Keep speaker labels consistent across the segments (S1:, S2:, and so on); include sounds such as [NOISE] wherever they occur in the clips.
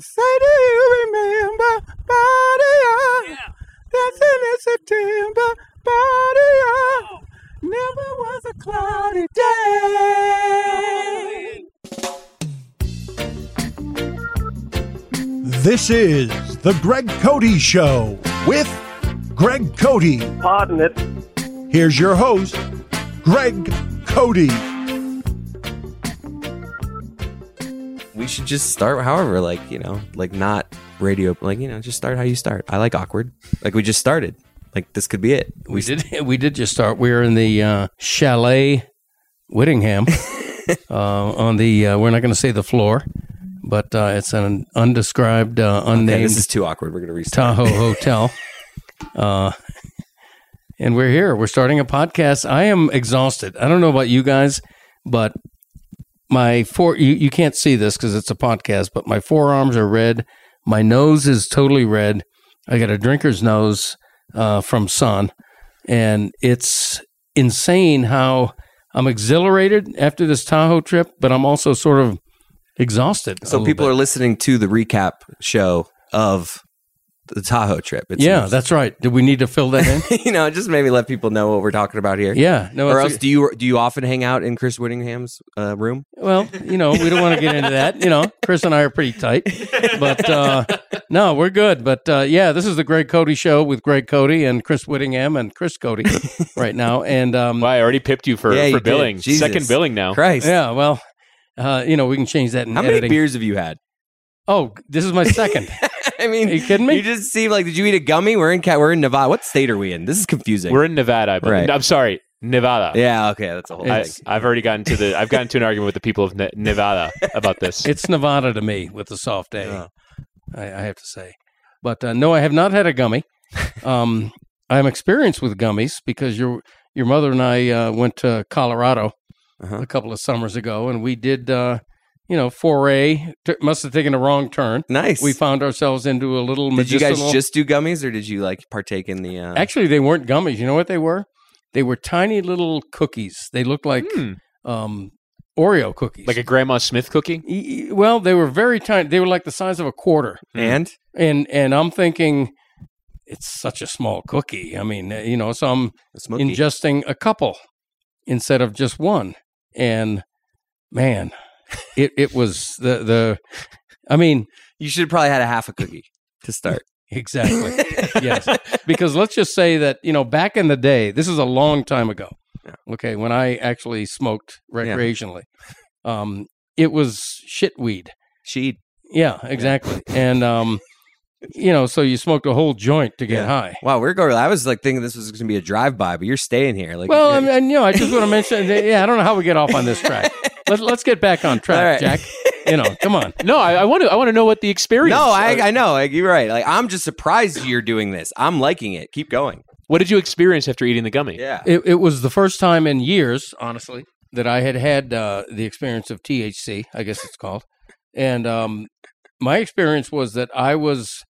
S1: Say, do you remember? Body up. Dancing in September. Body up. Never was a cloudy day.
S2: This is The Greg Cody Show with Greg Cody.
S3: Pardon it.
S2: Here's your host, Greg Cody.
S4: we should just start however like you know like not radio like you know just start how you start i like awkward like we just started like this could be it
S5: We did. [LAUGHS] We did just start. We are in the uh, chalet,
S4: [LAUGHS]
S5: Whittingham, uh, on the. Uh, we're not going to say the floor, but uh, it's an undescribed, uh, unnamed
S4: Okay, this is too awkward we're gonna restart
S5: Tahoe hotel. Uh, and we're here. We're starting a podcast. I am exhausted. I don't know about you guys, but my four you, you can't see this because it's a podcast, but my forearms are red. My nose is totally red. I got a drinker's nose uh, from sun, and it's insane how I'm exhilarated after this Tahoe trip, but I'm also sort of exhausted.
S4: so people are listening to the recap show of the tahoe trip It's- [LAUGHS]
S5: yeah, that's right. Do we need to fill that in?
S4: you know just maybe let people know what we're talking about here
S5: yeah, no.
S4: or
S5: it's-
S4: else do you do you often hang out in chris whittingham's uh, room
S5: Well, you know, we don't want to get into that. You know, Chris and I are pretty tight, but uh, no, we're good. But uh, yeah, this is the Greg Cody Show with Greg Cody and Chris Whittingham and
S4: [LAUGHS]
S5: Chris Cody right now. And um,
S6: Well, I already pipped you for,
S4: Yeah, you
S6: for
S4: did.
S6: billing.
S4: Jesus.
S6: Second billing now.
S4: christ
S5: yeah, well, uh, you know, we can change that in
S4: how many
S5: editing.
S4: beers have you had [LAUGHS]
S5: Oh, this is my second.
S4: i mean
S5: Are you kidding me?
S4: you just seem like did you eat a gummy we're in Ca- we're in nevada what state are we in this is confusing
S6: We're in Nevada, I believe.
S4: Right.
S6: I'm sorry, Nevada.
S4: yeah okay that's a whole
S6: I,
S4: thing
S6: I've already gotten to the. I've gotten to an argument with the people of ne- Nevada about
S4: [LAUGHS]
S6: this.
S5: it's Nevada to me with a soft A. I I have to say, but uh, no, I have not had
S4: [LAUGHS]
S5: a gummy. Um, I'm experienced with gummies because your your mother and I uh, went to Colorado
S4: Uh-huh.
S5: a couple of summers ago, and we did, uh, you know, foray. T- must have taken a wrong turn.
S4: nice
S5: We found ourselves into a little
S4: Did you
S5: medicinal.
S4: guys just do gummies, or did you like partake in the? Uh,
S5: Actually, they weren't gummies. You know what they were? They were tiny little cookies. They looked like
S6: Hmm.
S5: um, Oreo cookies.
S6: Like a Grandma Smith cookie.
S5: E- e- well, they were very tiny. They were like the size of a quarter.
S4: and
S5: and and I'm thinking it's such a small cookie. I mean, eh, you know, so I'm
S4: smoky.
S5: ingesting a couple instead of just one. And man, it it was the the I mean,
S4: you should have probably had a half a cookie to
S5: [LAUGHS]
S4: start.
S5: exactly.
S4: [LAUGHS]
S5: yes. Because let's just say that, you know, back in the day, this is a long time ago.
S4: Yeah.
S5: Okay, when I actually smoked recreationally. Um it was shitweed.
S4: She
S5: Yeah, exactly. And
S4: [LAUGHS]
S5: um you know, so you smoked a whole joint to get
S4: Yeah.
S5: high.
S4: wow, we're going. I was like thinking this was going to be a drive-by, but you're staying here. Like,
S5: well, uh, I mean, you know, I just want
S4: [LAUGHS]
S5: to mention. Yeah, I don't know how we get off on this track. Let's let's get back on
S4: All right.
S5: track, Jack. You know,
S4: [LAUGHS]
S5: come on.
S6: No, I, I want to. I want to know what the experience.
S4: no, I,
S6: uh,
S4: I know. Like, you're right. Like, I'm just surprised you're doing this. I'm liking it. Keep going.
S6: what did you experience after eating the gummy?
S4: Yeah.
S5: It, it was the first time in years, honestly, that I had had uh, the experience of THC. I guess it's called. And um, my experience was that I was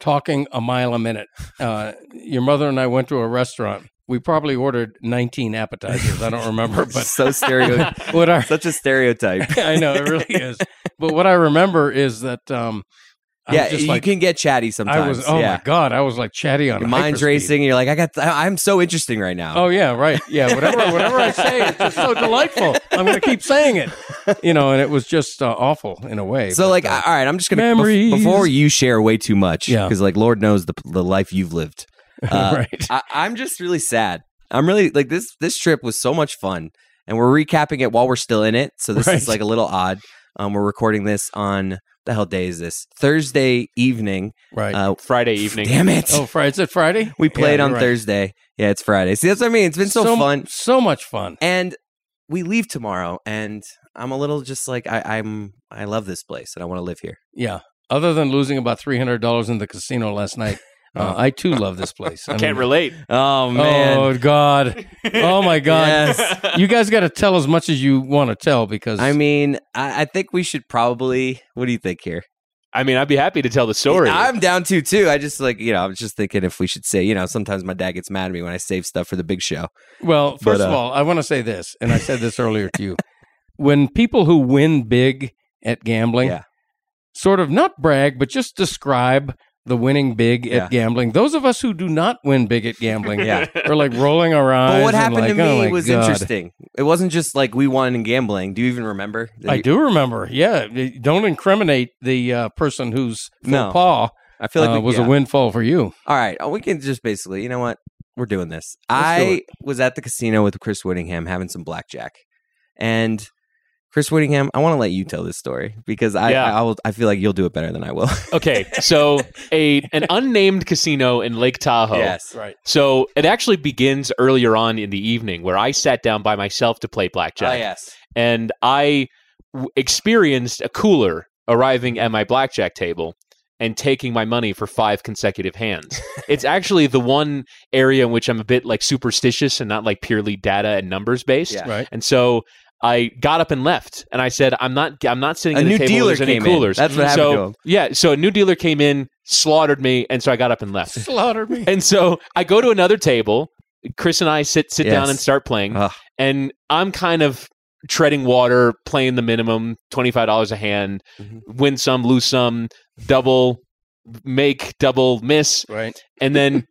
S5: talking a mile a minute. Uh, your mother and I went to a restaurant. We probably ordered 19 appetizers. I don't
S4: [LAUGHS]
S5: remember, but
S4: so stereo,
S5: [LAUGHS] what our
S4: such a stereotype.
S5: I know it really is. But what I remember is that um, I
S4: yeah,
S5: was just
S4: you
S5: like,
S4: can get chatty sometimes.
S5: I was oh
S4: yeah.
S5: my god, I was like chatty on
S4: Your mind's
S5: hyperspeed.
S4: racing. and You're like, I got. I, I'm so interesting right now.
S5: Oh yeah, right. Yeah, whatever whatever I say, it's just so delightful. I'm going to keep saying it. You know, and it was just uh, awful in a way.
S4: So
S5: but,
S4: like,
S5: uh,
S4: all right, I'm just gonna
S5: Memories.
S4: bef- before you share way too much,
S5: Yeah.
S4: because like Lord knows the the life you've
S5: [LAUGHS]
S4: lived. Uh,
S5: right.
S4: I, I'm just really sad. I'm really like this. This trip was so much fun, and we're recapping it while we're still in it. So this is
S5: Right.
S4: like a little odd. Um, we're recording this on the hell day is this Thursday evening.
S5: Right.
S4: Uh,
S6: Friday evening.
S4: damn it,
S5: oh, Friday. Is it Friday?
S4: we
S5: Yeah,
S4: played
S5: you're
S4: on
S5: right.
S4: Thursday. Yeah, it's Friday. See, that's what I mean. It's been so fun
S5: So much fun.
S4: and we leave tomorrow and i'm a little just like I, i'm i love this place and i want to live here
S5: Yeah. Other than losing about three hundred dollars in the casino last
S4: [LAUGHS]
S5: night, uh, I too love this place. I
S6: Can't
S5: mean,
S6: relate.
S4: oh
S5: Oh God.
S4: [LAUGHS]
S5: Oh my God.
S4: Yes.
S5: You guys got to tell as much as you want to tell because
S4: i mean I, I think we should probably what do you think here
S6: I mean, I'd be happy to tell the story.
S4: i'm down to too i just like you know i was just thinking if we should say you know sometimes my dad gets mad at me when i save stuff for the big
S5: [LAUGHS]
S4: show
S5: Well, first
S4: But,
S5: of
S4: uh,
S5: all, I want to say this, and I
S4: [LAUGHS]
S5: said this earlier to you. When people who win big at gambling,
S4: Yeah.
S5: sort of not brag, but just describe the winning big
S4: Yeah.
S5: at gambling. Those of us who do not win big at gambling
S4: Yeah.
S5: are like rolling our eyes.
S4: But what
S5: and
S4: happened
S5: like,
S4: to
S5: "Oh
S4: me
S5: my
S4: was
S5: God."
S4: interesting. It wasn't just like we won in gambling. Do you even remember?
S5: I do remember. Yeah, eh, don't incriminate the uh, person whose faux
S4: No.
S5: paw
S4: I feel like
S5: uh,
S4: we,
S5: was
S4: yeah.
S5: a windfall for
S4: [LAUGHS]
S5: you.
S4: All right, uh, we can just basically, you know what? We're doing this.
S5: Let's
S4: I
S5: do
S4: was at the casino with Chris Whittingham having some blackjack, and Chris Whittingham, I want to let you tell this story because I,
S6: Yeah.
S4: I, will, I feel like you'll do it better than I will.
S6: Okay, so a an unnamed casino in Lake
S5: Oh.
S6: Tahoe.
S4: [LAUGHS] yes,
S5: Right.
S6: So it actually begins earlier on in the evening where I sat down by myself to play blackjack.
S4: Oh, yes.
S6: and I w- experienced a cooler arriving at my blackjack table and taking my money for five consecutive hands. it's actually the one area in which I'm a bit like superstitious and not like purely data and numbers based.
S4: Yeah.
S5: Right.
S6: And so I got up and left, and I said, "I'm not. I'm not sitting
S4: A
S6: at
S4: new
S6: the table.
S4: dealer
S6: where there's any
S4: came in.
S6: coolers.
S4: That's what happened
S6: so,
S4: to him.
S6: Yeah. So a new dealer came in, slaughtered me, and so I got up and left.
S5: Slaughter me.
S6: and so I go to another table. Chris and I sit sit down
S4: Yes.
S6: and start playing
S4: Ugh.
S6: and I'm kind of treading water, playing the minimum, twenty five dollars a hand,
S4: Mhm.
S6: win some, lose some, double, make double, miss,
S5: Right.
S6: and
S4: [LAUGHS]
S6: then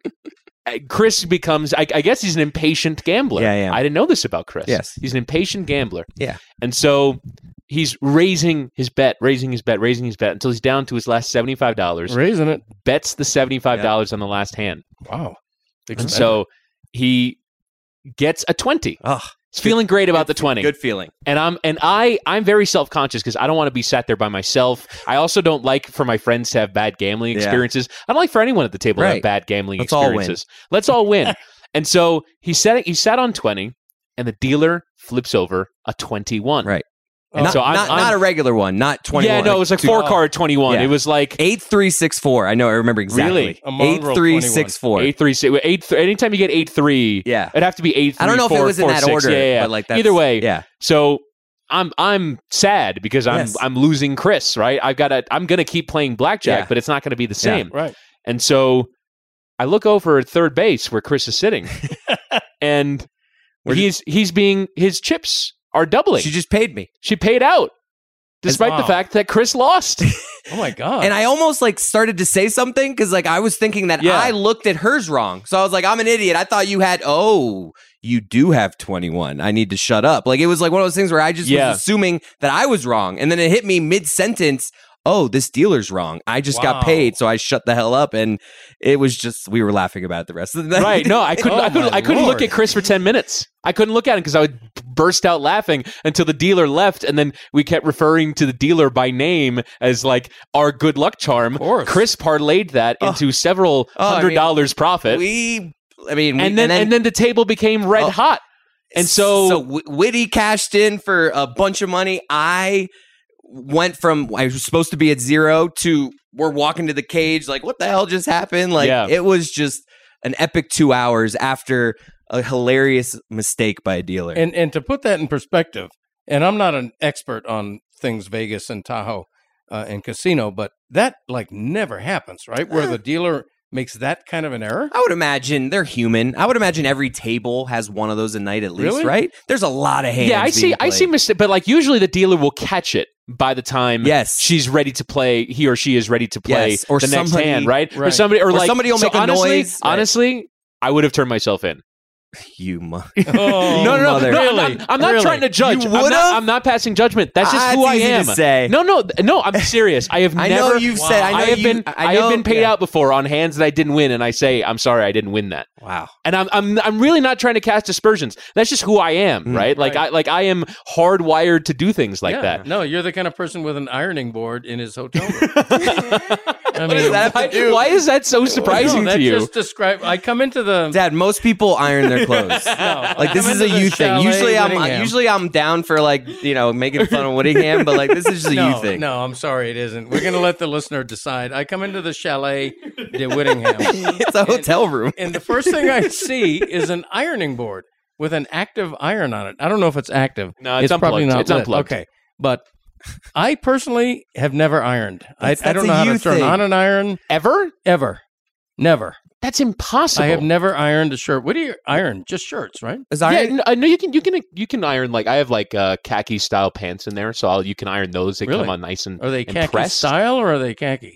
S6: uh, Chris becomes. I, I guess he's an impatient gambler.
S4: Yeah, I am.
S6: I didn't know this about Chris.
S4: Yes.
S6: he's an impatient gambler.
S4: Yeah.
S6: and so he's raising his bet, raising his bet, raising his bet until he's down to his last seventy five dollars.
S5: Raising it.
S6: Bets the seventy five dollars on the last hand,
S5: Wow.
S6: and so he gets a twenty.
S4: Ugh.
S6: He's feeling great about the twenty
S4: Good feeling.
S6: and I'm and I I'm very self conscious because I don't want to be sat there by myself. I also don't like for my friends to have bad gambling
S4: Yeah.
S6: experiences. I don't like for anyone at the table to have
S4: Right.
S6: bad gambling
S4: Let's all win.
S6: experiences. Let's all
S4: [LAUGHS]
S6: win. and so he sat he sat on twenty, and the dealer flips over a twenty one.
S4: Right.
S5: Oh.
S4: not,
S6: So I'm-
S4: not,
S6: I'm-
S4: not a regular one, not 21.
S6: Yeah, no, it was like
S4: two- oh.
S6: four card twenty one.
S4: Yeah.
S6: It was like
S4: 8364. I know, I remember exactly.
S6: Really?
S5: A mongrel
S4: 8364.
S6: eight three six eight. Th- anytime you get eight three,
S4: Yeah.
S6: it'd have to be eight.
S4: I don't know if it
S6: four,
S4: was in
S6: four,
S4: that
S6: six.
S4: order,
S6: Yeah, yeah, yeah.
S4: but like that's,
S6: Either way,
S4: Yeah.
S6: So I'm I'm sad because I'm
S4: Yes.
S6: I'm losing Chris, right? I've got to I'm going to keep playing blackjack,
S4: Yeah.
S6: but it's not going to be the same.
S5: Right.
S6: And so I look over at third base where Chris is
S4: [LAUGHS]
S6: sitting. and
S4: Where'd you-
S6: he's he's being his chips are doubling.
S4: She
S6: She,
S4: just paid me.
S6: paid out despite the
S5: Wow.
S6: fact that Chris lost.
S5: Oh my God.
S4: and I almost like started to say something because like I was thinking that
S6: Yeah.
S4: I looked at hers wrong. So I was like, I'm an idiot. I thought you had oh, you do have 21. I need to shut up. Like it was like one of those things where I just
S6: Yeah.
S4: was assuming that I was wrong, and then it hit me mid sentence. Oh, this dealer's wrong. I just
S5: Wow.
S4: got paid, so I shut the hell up, and it was just we were laughing about it the rest of the night.
S6: right. No, I couldn't
S5: Oh
S6: I couldn't
S5: my
S6: I couldn't look
S5: Lord.
S6: at Chris for 10 minutes. I couldn't look at him cuz I would burst out laughing until the dealer left and then we kept referring to the dealer by name as like our good luck charm.
S5: course.
S6: Chris parlayed that
S4: Oh.
S6: into several
S4: Oh, I
S6: hundred
S4: mean,
S6: dollars profit.
S4: [LAUGHS] we. I mean, we,
S6: and then and then, the table became red
S4: Oh.
S6: hot. and so-
S4: so Wh- Whitty cashed in for a bunch of money. I went from I was supposed to be at zero to we're walking to the cage. Like, what the hell just happened? Like,
S6: Yeah.
S4: it was just an epic two hours after a hilarious mistake by a dealer.
S5: and and to put that in perspective, and I'm not an expert on things Vegas and Tahoe uh, and casino, but that like never happens, right?
S4: [LAUGHS]
S5: Where the dealer makes that kind of an error.
S4: I would imagine they're human. I would imagine every table has one of those a night at least,
S5: Really?
S4: right? There's a lot of hands.
S6: yeah, I
S4: being
S6: see I see
S4: played.
S6: mistake, but like usually the dealer will catch it by the time
S4: Yes.
S6: she's ready to play he or she is ready to play
S4: Yes, or
S6: the next
S4: somebody-
S6: hand, right? Or
S5: right.
S6: somebody or,
S4: Or
S6: like
S4: somebody will
S6: so
S4: make a
S6: honestly,
S4: noise, right.
S6: Honestly, I would have turned myself in.
S4: you. Mu-
S5: [LAUGHS] Oh,
S6: no, no, no,
S4: mother.
S6: no, I'm
S5: Really? [LAUGHS]
S6: not, I'm not
S5: Really?
S6: trying to judge.
S4: You
S6: I'm not,
S4: would've?
S6: I'm not passing judgment. That's just
S4: Ah,
S6: who
S4: it's
S6: I
S4: easy to
S6: am.
S4: say.
S6: No, no, th- no.
S4: [LAUGHS]
S6: I'm serious. I have
S4: I
S6: never.
S4: know you've said. I know
S6: have
S4: you-
S6: been. I,
S4: know,
S6: have been paid
S4: yeah.
S6: out before on hands that I didn't win, and I say I'm sorry, I didn't win that.
S4: Wow.
S6: And I'm I'm I'm really not trying to cast aspersions. That's just who I am,
S4: Mm.
S6: right? Like
S5: Right.
S6: I like I am hardwired to do things like
S5: Yeah,
S6: that.
S5: No, you're the kind of person with an ironing board in his hotel room.
S4: [LAUGHS]
S5: I mean,
S4: that have to
S6: Why,
S4: do?
S6: why is that so surprising
S5: no,
S6: to
S5: that
S6: you?
S5: Just describe. I come into the.
S4: [LAUGHS] Dad, most people iron
S5: [LAUGHS]
S4: their clothes. like this
S5: I'm
S4: is a
S5: into the
S4: you thing.
S5: chalet
S4: Usually I'm uh,
S5: Whittingham.
S4: usually I'm down for like you know making fun of Whittingham, but like this is just a
S5: no,
S4: you thing.
S5: no, I'm sorry, it isn't. We're gonna let the listener decide. I come into the chalet
S4: [LAUGHS]
S5: de Whittingham,
S4: [LAUGHS] It's a hotel room.
S5: and the first thing I see is an ironing board with an active iron on it. I don't know if it's active.
S6: No,
S4: Uh,
S6: it's
S5: probably
S6: unplugged.
S5: not
S6: It's
S5: lit.
S6: unplugged.
S5: Okay, but I personally have never ironed. I,
S4: That's-
S5: I
S4: that's
S5: don't know
S4: a
S5: how to
S4: you
S5: turn
S4: thing.
S5: on an iron
S6: Ever?
S5: ever. Never.
S6: That's impossible.
S5: I have never ironed a shirt. What do you iron? Just shirts, right?
S4: Is
S6: Yeah,
S4: iron?
S6: n- I know you can. You can. You can iron like I have like uh, khaki style pants in there, so I'll, you can iron those. They
S5: Really?
S6: come on nice
S4: Uh,
S6: and
S5: Are they
S6: And
S5: khaki
S6: pressed?
S5: style or are they khaki?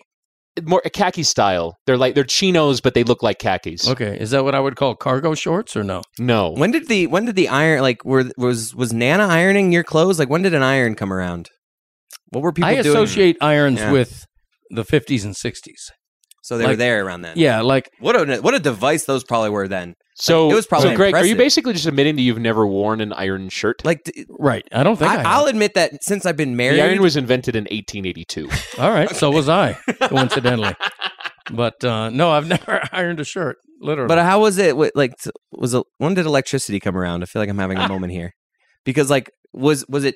S6: more uh, khaki style. They're like they're chinos, but they look like khakis.
S5: Okay, is that what I would call cargo shorts or no?
S6: No,
S4: When did the when did the iron like were was was Nana ironing your clothes? Like when did an iron come around? What were people
S5: I
S4: doing?
S5: associate irons
S4: Yeah.
S5: with the 50s and 60s.
S4: so they were
S5: like-
S4: there around then.
S5: Yeah, like
S4: What a what a device those probably were then.
S6: so
S4: Like, it was probably
S6: so. Greg, are you
S4: impressive.
S6: basically just admitting that you've never worn an iron shirt?
S4: Like d-
S5: right. I don't think I,
S4: I,
S5: have.
S4: I'll admit that since I've been married,
S6: the iron was invented in
S4: [LAUGHS]
S6: 1882.
S5: All right, so was I coincidentally. but uh, no, I've [LAUGHS] never ironed a shirt literally.
S4: But how was it? What, like, t- was it, when did electricity come around? I feel like I'm having
S6: Ah.
S4: a moment here, because like, was was it?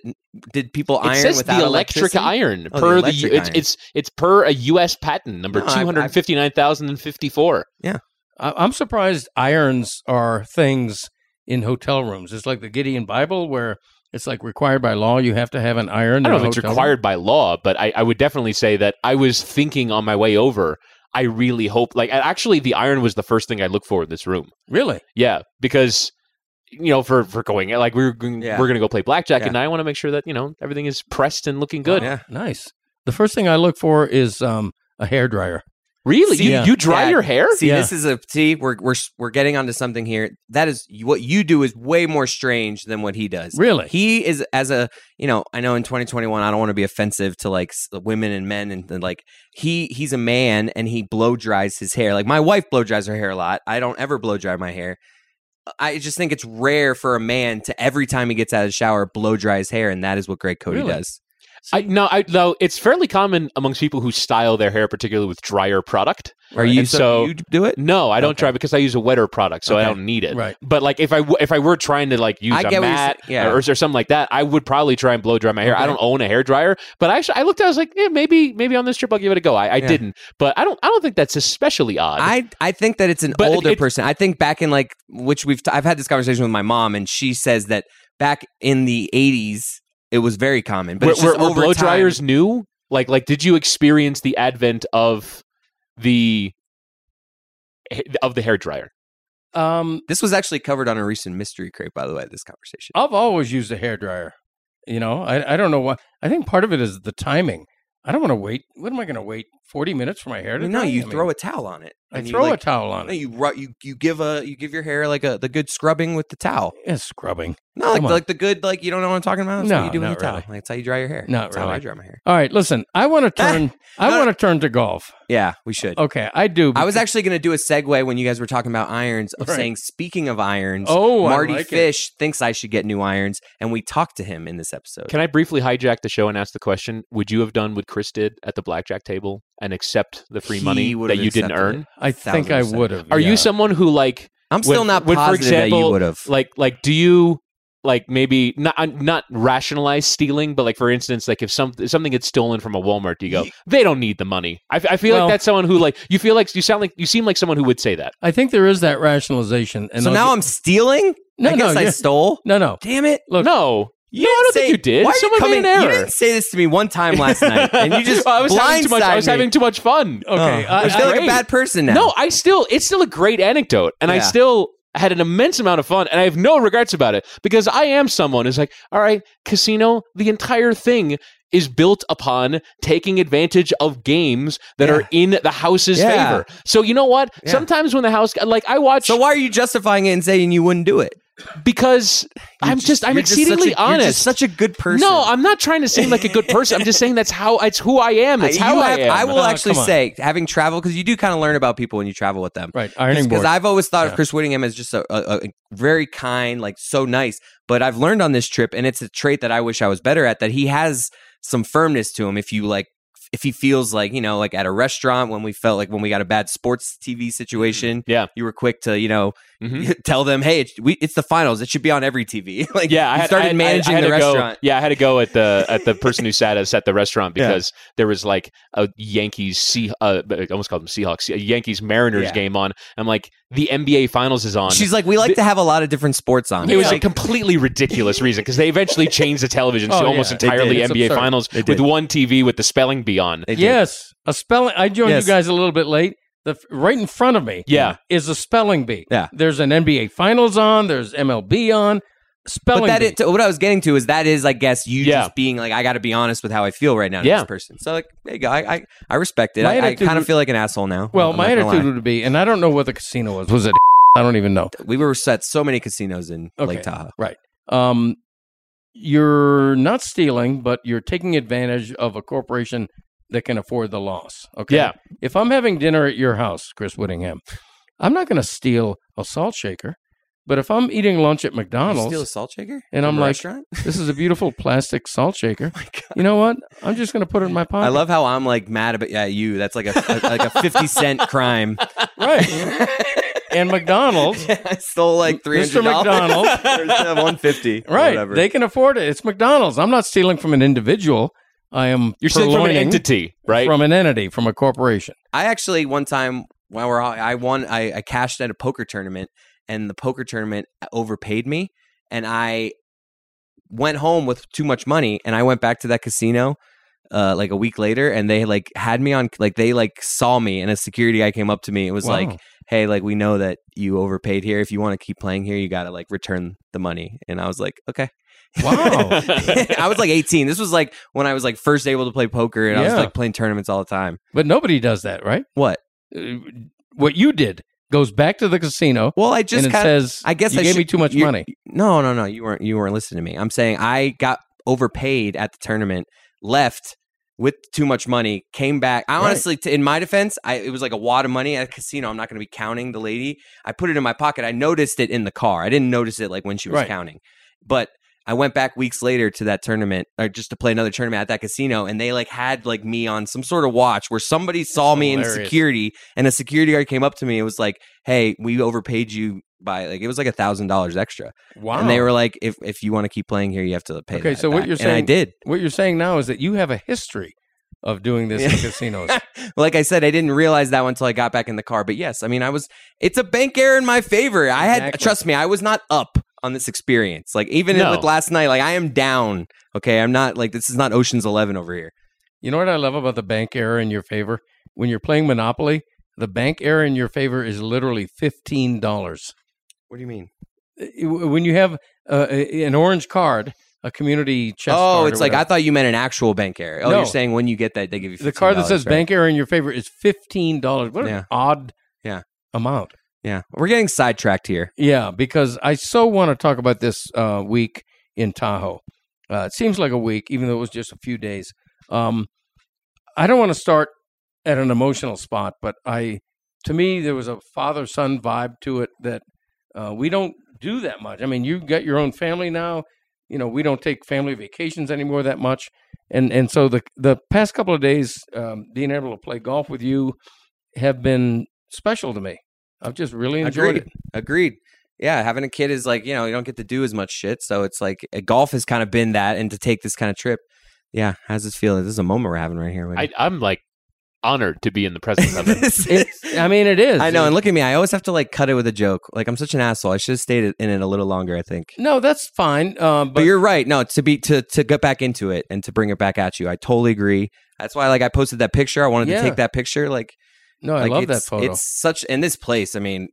S4: Did people iron
S6: it says
S4: without
S6: the electric
S4: electricity?
S6: iron
S4: Oh, the
S6: per the,
S4: electric
S6: it's,
S4: iron.
S6: it's it's per a U.S. patent number
S4: [LAUGHS] No, I- I-
S6: two hundred fifty nine thousand and fifty four.
S5: I- I'm surprised irons are things in hotel rooms. It's like the Gideon Bible where it's like required by law you have to have an iron.
S6: I
S5: in
S6: don't
S5: a
S6: know if it's
S5: hotel room.
S6: required by law, but I, I would definitely say that I was thinking on my way over. I really hope, like, I- actually, the iron was the first thing I looked for in this room.
S5: Really?
S6: Yeah, because you know, for for going like we were going
S4: Yeah.
S6: we're gonna go play blackjack,
S4: Yeah.
S6: and I want to make sure that you know everything is pressed and looking good. [LAUGHS]
S4: Yeah.
S5: Nice. The first thing I look for is um, a hair dryer.
S6: Really,
S4: See,
S6: you,
S5: yeah.
S6: you dry
S4: Yeah.
S6: your hair?
S4: See,
S5: Yeah.
S4: this is a see. We're we're we're getting onto something here. That is what you do is way more strange than what he does.
S5: Really?
S4: He is as a you know I know in 2021 I don't want to be offensive to like s- women and men and, and, like he he's a man and he blow dries his hair like my wife blow dries her hair a lot I don't ever blow dry my hair I just think it's rare for a man to every time he gets out of the shower blow dry his hair and that is what Greg Cody
S5: Really?
S4: does
S6: I, no, I, no, it's fairly common amongst people who style their hair, particularly with drier product.
S4: are you
S6: And
S4: so,
S6: so-
S4: you do it
S6: No, I don't
S4: Okay.
S6: try because I use a wetter product, so I
S4: Okay.
S6: don't need it.
S5: Right.
S6: But like if I w- if I were trying to like use
S4: I
S6: a
S4: get what you're
S6: mat
S4: saying. Yeah.
S6: or, or something like that, I would probably try and blow dry my hair. I
S4: Okay.
S6: don't own a hair dryer, but I actually I looked. I was like, yeah, maybe maybe on this trip I'll give it a go. I, I
S4: Yeah.
S6: didn't, but I don't I don't think that's especially odd.
S4: I, I think that it's an
S6: But
S4: older
S6: it-
S4: person. I think back in like which we've t- I've had this conversation with my mom, and she says that back in the eighties it was very common. But
S6: were,
S4: it's just
S6: were- were
S4: over
S6: blow
S4: time-
S6: dryers new? Like like did you experience the advent of the of the hair dryer?
S5: Um,
S4: This was actually covered on a recent mystery crate, by the way. This conversation.
S5: I've always used a hair dryer. You know, I, I don't know why. I think part of it is the timing. I don't want to wait. What am I going to wait? 40 minutes for my hair to
S4: no,
S5: dry?
S4: you
S5: I mean,
S4: throw a towel on it.
S5: I
S4: and
S5: throw
S4: you,
S5: a towel on
S4: No,
S5: it.
S4: you ru- you you give a you give your hair like a the good scrubbing with the towel.
S5: It's Eh, scrubbing.
S4: No, like
S5: Come on.
S4: like the good like you don't know what I'm talking about. That's
S5: No,
S4: what you do with
S5: not
S4: the towel.
S5: really.
S4: Like, that's how you dry your hair.
S5: Not
S4: that's how
S5: really.
S4: I dry my hair.
S5: All right, listen. I
S4: [LAUGHS]
S5: want to turn. I
S4: No,
S5: want to turn to golf.
S4: Yeah, we should.
S5: Okay, I do.
S4: I was actually going to do a segue when you guys were talking about irons of
S5: Right.
S4: saying, speaking of irons,
S5: Oh, I
S4: Marty
S5: like it.
S4: Fish thinks I should get new irons, and we talked to him in this episode.
S6: Can I briefly hijack the show and ask the question? Would you have done what Chris did at the blackjack table and accept the free
S4: He
S6: money
S4: would
S6: that
S4: have
S6: you didn't
S4: accepted
S6: earn?
S4: it.
S5: I think I
S4: 1000%.
S5: would have.
S6: Are
S5: yeah.
S6: you someone who like
S4: I'm still
S6: When-
S4: not
S6: when, for
S4: positive that you
S6: example,
S4: would have.
S6: like like do you like maybe not uh, not rationalize stealing but like for instance like if some something gets stolen from a walmart do you go they don't need the money i, f- I feel
S5: Well-
S6: like that's someone who like you feel like you sound like you seem like someone who would say that
S5: I think there is that rationalization. And
S4: So
S5: I'll
S4: now
S5: get-
S4: I'm stealing?
S5: No,
S4: I
S5: no,
S4: guess I
S5: yeah.
S4: stole?
S5: No, no.
S4: Damn it.
S5: Look,
S6: no
S4: You
S6: no i don't
S4: didn't say-
S6: think you did
S4: Why are
S6: someone
S4: coming,
S6: made an
S4: You
S6: error
S4: didn't say this to me one time last night,
S6: [LAUGHS]
S4: and you just
S6: I was having too much. I was
S4: blindsided me. Oh.
S6: having too much fun.
S5: Okay,
S4: I, feel like a
S6: great.
S4: bad person now.
S6: No, I still it's still a great anecdote, and I
S4: Yeah.
S6: still had an immense amount of fun, and I have no regrets about it because I am someone who's like, all right, casino. The entire thing is built upon taking advantage of games that
S4: Yeah.
S6: are in the house's
S4: Yeah.
S6: favor. So you know what?
S4: Yeah.
S6: Sometimes when the house, like I watch,
S4: so why are you justifying it and saying you wouldn't do it?
S6: because
S4: You're
S6: I'm just, I'm
S4: you're such
S6: exceedingly
S4: a-
S6: honest.
S4: You're just such a good person.
S6: No, I'm not trying to seem like a good person. I'm just saying that's how it's who I
S4: [LAUGHS]
S6: am. It's
S4: I-
S6: how
S4: you
S6: I
S4: have-
S6: am.
S4: I will
S5: Oh,
S4: actually
S5: come on.
S4: say, having traveled, because you do kind of learn about people when you travel with them.
S5: right, ironing board.
S4: Because I've always thought of
S5: Yeah.
S4: Chris Whittingham as just a, a, a very kind, like so nice. But I've learned on this trip, and it's a trait that I wish I was better at. That he has some firmness to him. If you like, if he feels like you know, like at a restaurant when we felt like when we got a bad sports TV situation,
S6: Mm-hmm. Yeah.
S4: you were quick to you know
S6: Mhm.
S4: [LAUGHS] tell them, hey, it's, we, it's the finals. It should be on every TV. [LAUGHS] like
S6: yeah, I
S4: you
S6: had,
S4: started
S6: I had-
S4: managing
S6: I had
S4: the
S6: to go-
S4: restaurant.
S6: yeah, I had to go at the at the person who sat [LAUGHS] us at the restaurant
S4: Yeah.
S6: because there was like a Yankees Sea, uh, I almost called them Seahawks, a Yankees Mariners
S4: Yeah.
S6: game on. I'm like, the NBA Finals is on.
S4: She's like, we like to have a lot of different sports on.
S6: it was a
S4: Like,
S6: completely ridiculous reason because they eventually
S4: [LAUGHS]
S6: changed the television
S5: Oh,
S6: to almost
S5: yeah, they
S6: entirely
S5: did. It's
S6: NBA
S5: absurd.
S6: Finals with one TV with the spelling bee on.
S4: they did.
S5: yes, a spelling. I joined
S4: Yes.
S5: you guys a little bit late. The f- right in front of me
S6: Yeah.
S5: is a spelling bee.
S4: Yeah.
S5: There's an NBA Finals on. There's MLB on. Spelling
S4: But that
S5: bee.
S4: it, what I was getting to is that is, I guess, you
S6: Yeah.
S4: just being like, I got to be honest with how I feel right now to
S6: Yeah.
S4: this person. So like, there you go. I I, I respect it.
S5: My
S4: I, I
S5: attitude
S4: kind of
S5: would-
S4: feel like an asshole now.
S5: well,
S4: I'm
S5: my
S4: not gonna lie.
S5: attitude would be, and I don't know what the casino was. Was it? I don't even know.
S4: we were at so many casinos in
S5: Okay.
S4: Lake Tahoe.
S5: Um, you're not stealing, but you're taking advantage of a corporation that can afford the loss. Okay.
S6: Yeah.
S5: If I'm having dinner at your house, Chris Whittingham, I'm not going to steal a salt shaker. But if I'm eating lunch at
S4: You
S5: McDonald's,
S4: steal a salt shaker,
S5: And
S4: From
S5: I'm
S4: a
S5: like- [LAUGHS] oh
S4: restaurant?
S5: this is a beautiful plastic salt shaker.
S4: [LAUGHS]
S5: You know what? I'm just going to put it in my pocket.
S4: I love how I'm like mad about at you. That's like a, a- like a fifty cent crime.
S5: [LAUGHS] right. and McDonald's,
S4: [LAUGHS] I stole like three
S5: Mr.
S4: hundred [LAUGHS]
S5: McDonald.
S4: one fifty.
S5: right?
S4: Whatever.
S5: They can afford it. It's McDonald's. I'm not stealing from an individual. I am
S6: You're stealing from an
S5: purloining
S6: entity, right?
S5: from an entity, from a corporation.
S4: I actually one time when we're all, I won I, I cashed at a poker tournament and the poker tournament overpaid me and I went home with too much money and I went back to that casino uh, like a week later and they like had me on like they like saw me and a security guy came up to me and was
S5: Wow.
S4: like hey like we know that you overpaid here if you want to keep playing here you got to like return the money and I was like
S5: [LAUGHS]
S4: okay [LAUGHS]
S6: [LAUGHS]
S5: Wow.
S4: oh. I was like 18 this was like when I was like first able to play poker and I was
S5: Yeah.
S4: like playing tournaments all the time
S5: But nobody does that, right?
S4: what
S5: Uh, What you did goes back to the casino
S4: well I just
S5: and it
S4: kind of
S5: says,
S4: I guess
S5: you
S4: I
S5: gave
S4: should-
S5: me too much
S4: you-
S5: money.
S4: No, no, no. You weren't. You weren't listening to me. I'm saying I got overpaid at the tournament, left with too much money, came back. I
S5: Right.
S4: honestly, t- in my defense, I it was like a wad of money at a casino. I'm not going to be counting the lady. I put it in my pocket. I noticed it in the car. I didn't notice it like when she was
S5: Right.
S4: counting, but. I went back weeks later to that tournament, or just to play another tournament at that casino, and they like had like me on some sort of watch where somebody saw me in
S5: hilarious.
S4: security, and a security guard came up to me and was like, "Hey, we overpaid you by like it was like a thousand dollars extra."
S5: Wow.
S4: And they were like, if if you want to keep playing here, you have to pay.
S5: Okay,
S4: that
S5: so what
S4: back."
S5: you're
S4: and I
S5: saying-
S4: did.
S5: what you're saying now is that you have a history of doing
S4: [LAUGHS]
S5: this in
S4: Yeah.
S5: casinos.
S4: Like I said, I didn't realize that until I got back in the car. But yes, I mean, I was. It's a bank error in my favor. I had
S5: Exactly.
S4: trust me, I was not up on this experience. Like even
S6: No.
S4: with last night, like I am down. Okay, I'm not like this is not Ocean's Eleven over here.
S5: You know what I love about the bank error in your favor? When you're playing Monopoly, the bank error in your favor is literally fifteen dollars.
S4: What do you mean?
S5: When you have uh, a- an orange card, a community chest.
S4: oh,
S5: card or
S4: it's like I
S5: whatever,
S4: thought you meant an actual bank error. Oh,
S5: No.
S4: you're saying when you get that, they give you
S5: the card that
S4: $15,
S5: says
S4: right?
S5: bank error in your favor is fifteen dollars. What
S4: Yeah.
S5: an odd
S4: Yeah.
S5: amount.
S4: Yeah, we're getting sidetracked here.
S5: Yeah, because I so want to talk about this uh, week in Tahoe. Uh, it seems like a week, even though it was just a few days. Um, I don't want to start at an emotional spot, but I, to me, there was a father son vibe to it that uh, we don't do that much. I mean, you've got your own family now. You know, we don't take family vacations anymore that much, and and so the the past couple of days, um, being able to play golf with you, have been special to me. I've just really enjoyed
S4: Agreed.
S5: it.
S4: Agreed. Yeah, having a kid is like, you know, you don't get to do as much shit. So it's like uh, golf has kind of been that and to take this kind of trip. Yeah, how's this feel? This is a moment we're having right here.
S6: I, I'm like honored to be in the
S5: [LAUGHS]
S6: presence of
S4: [LAUGHS]
S6: it.
S4: This is-
S5: It's, I mean, it is.
S4: I know,
S5: It-
S4: and look at me. I always have to like cut it with a joke. Like I'm such an asshole. I should have stayed in it a little longer, I think.
S5: no, that's fine. Uh, but
S4: But, you're right. No, to be to to get back into it and to bring it back at you. I totally agree. That's why like I posted that picture. I wanted
S5: Yeah.
S4: to take that picture. Like,
S5: no, I
S4: like,
S5: love that
S4: it's,
S5: photo.
S4: It's such in this place. I mean,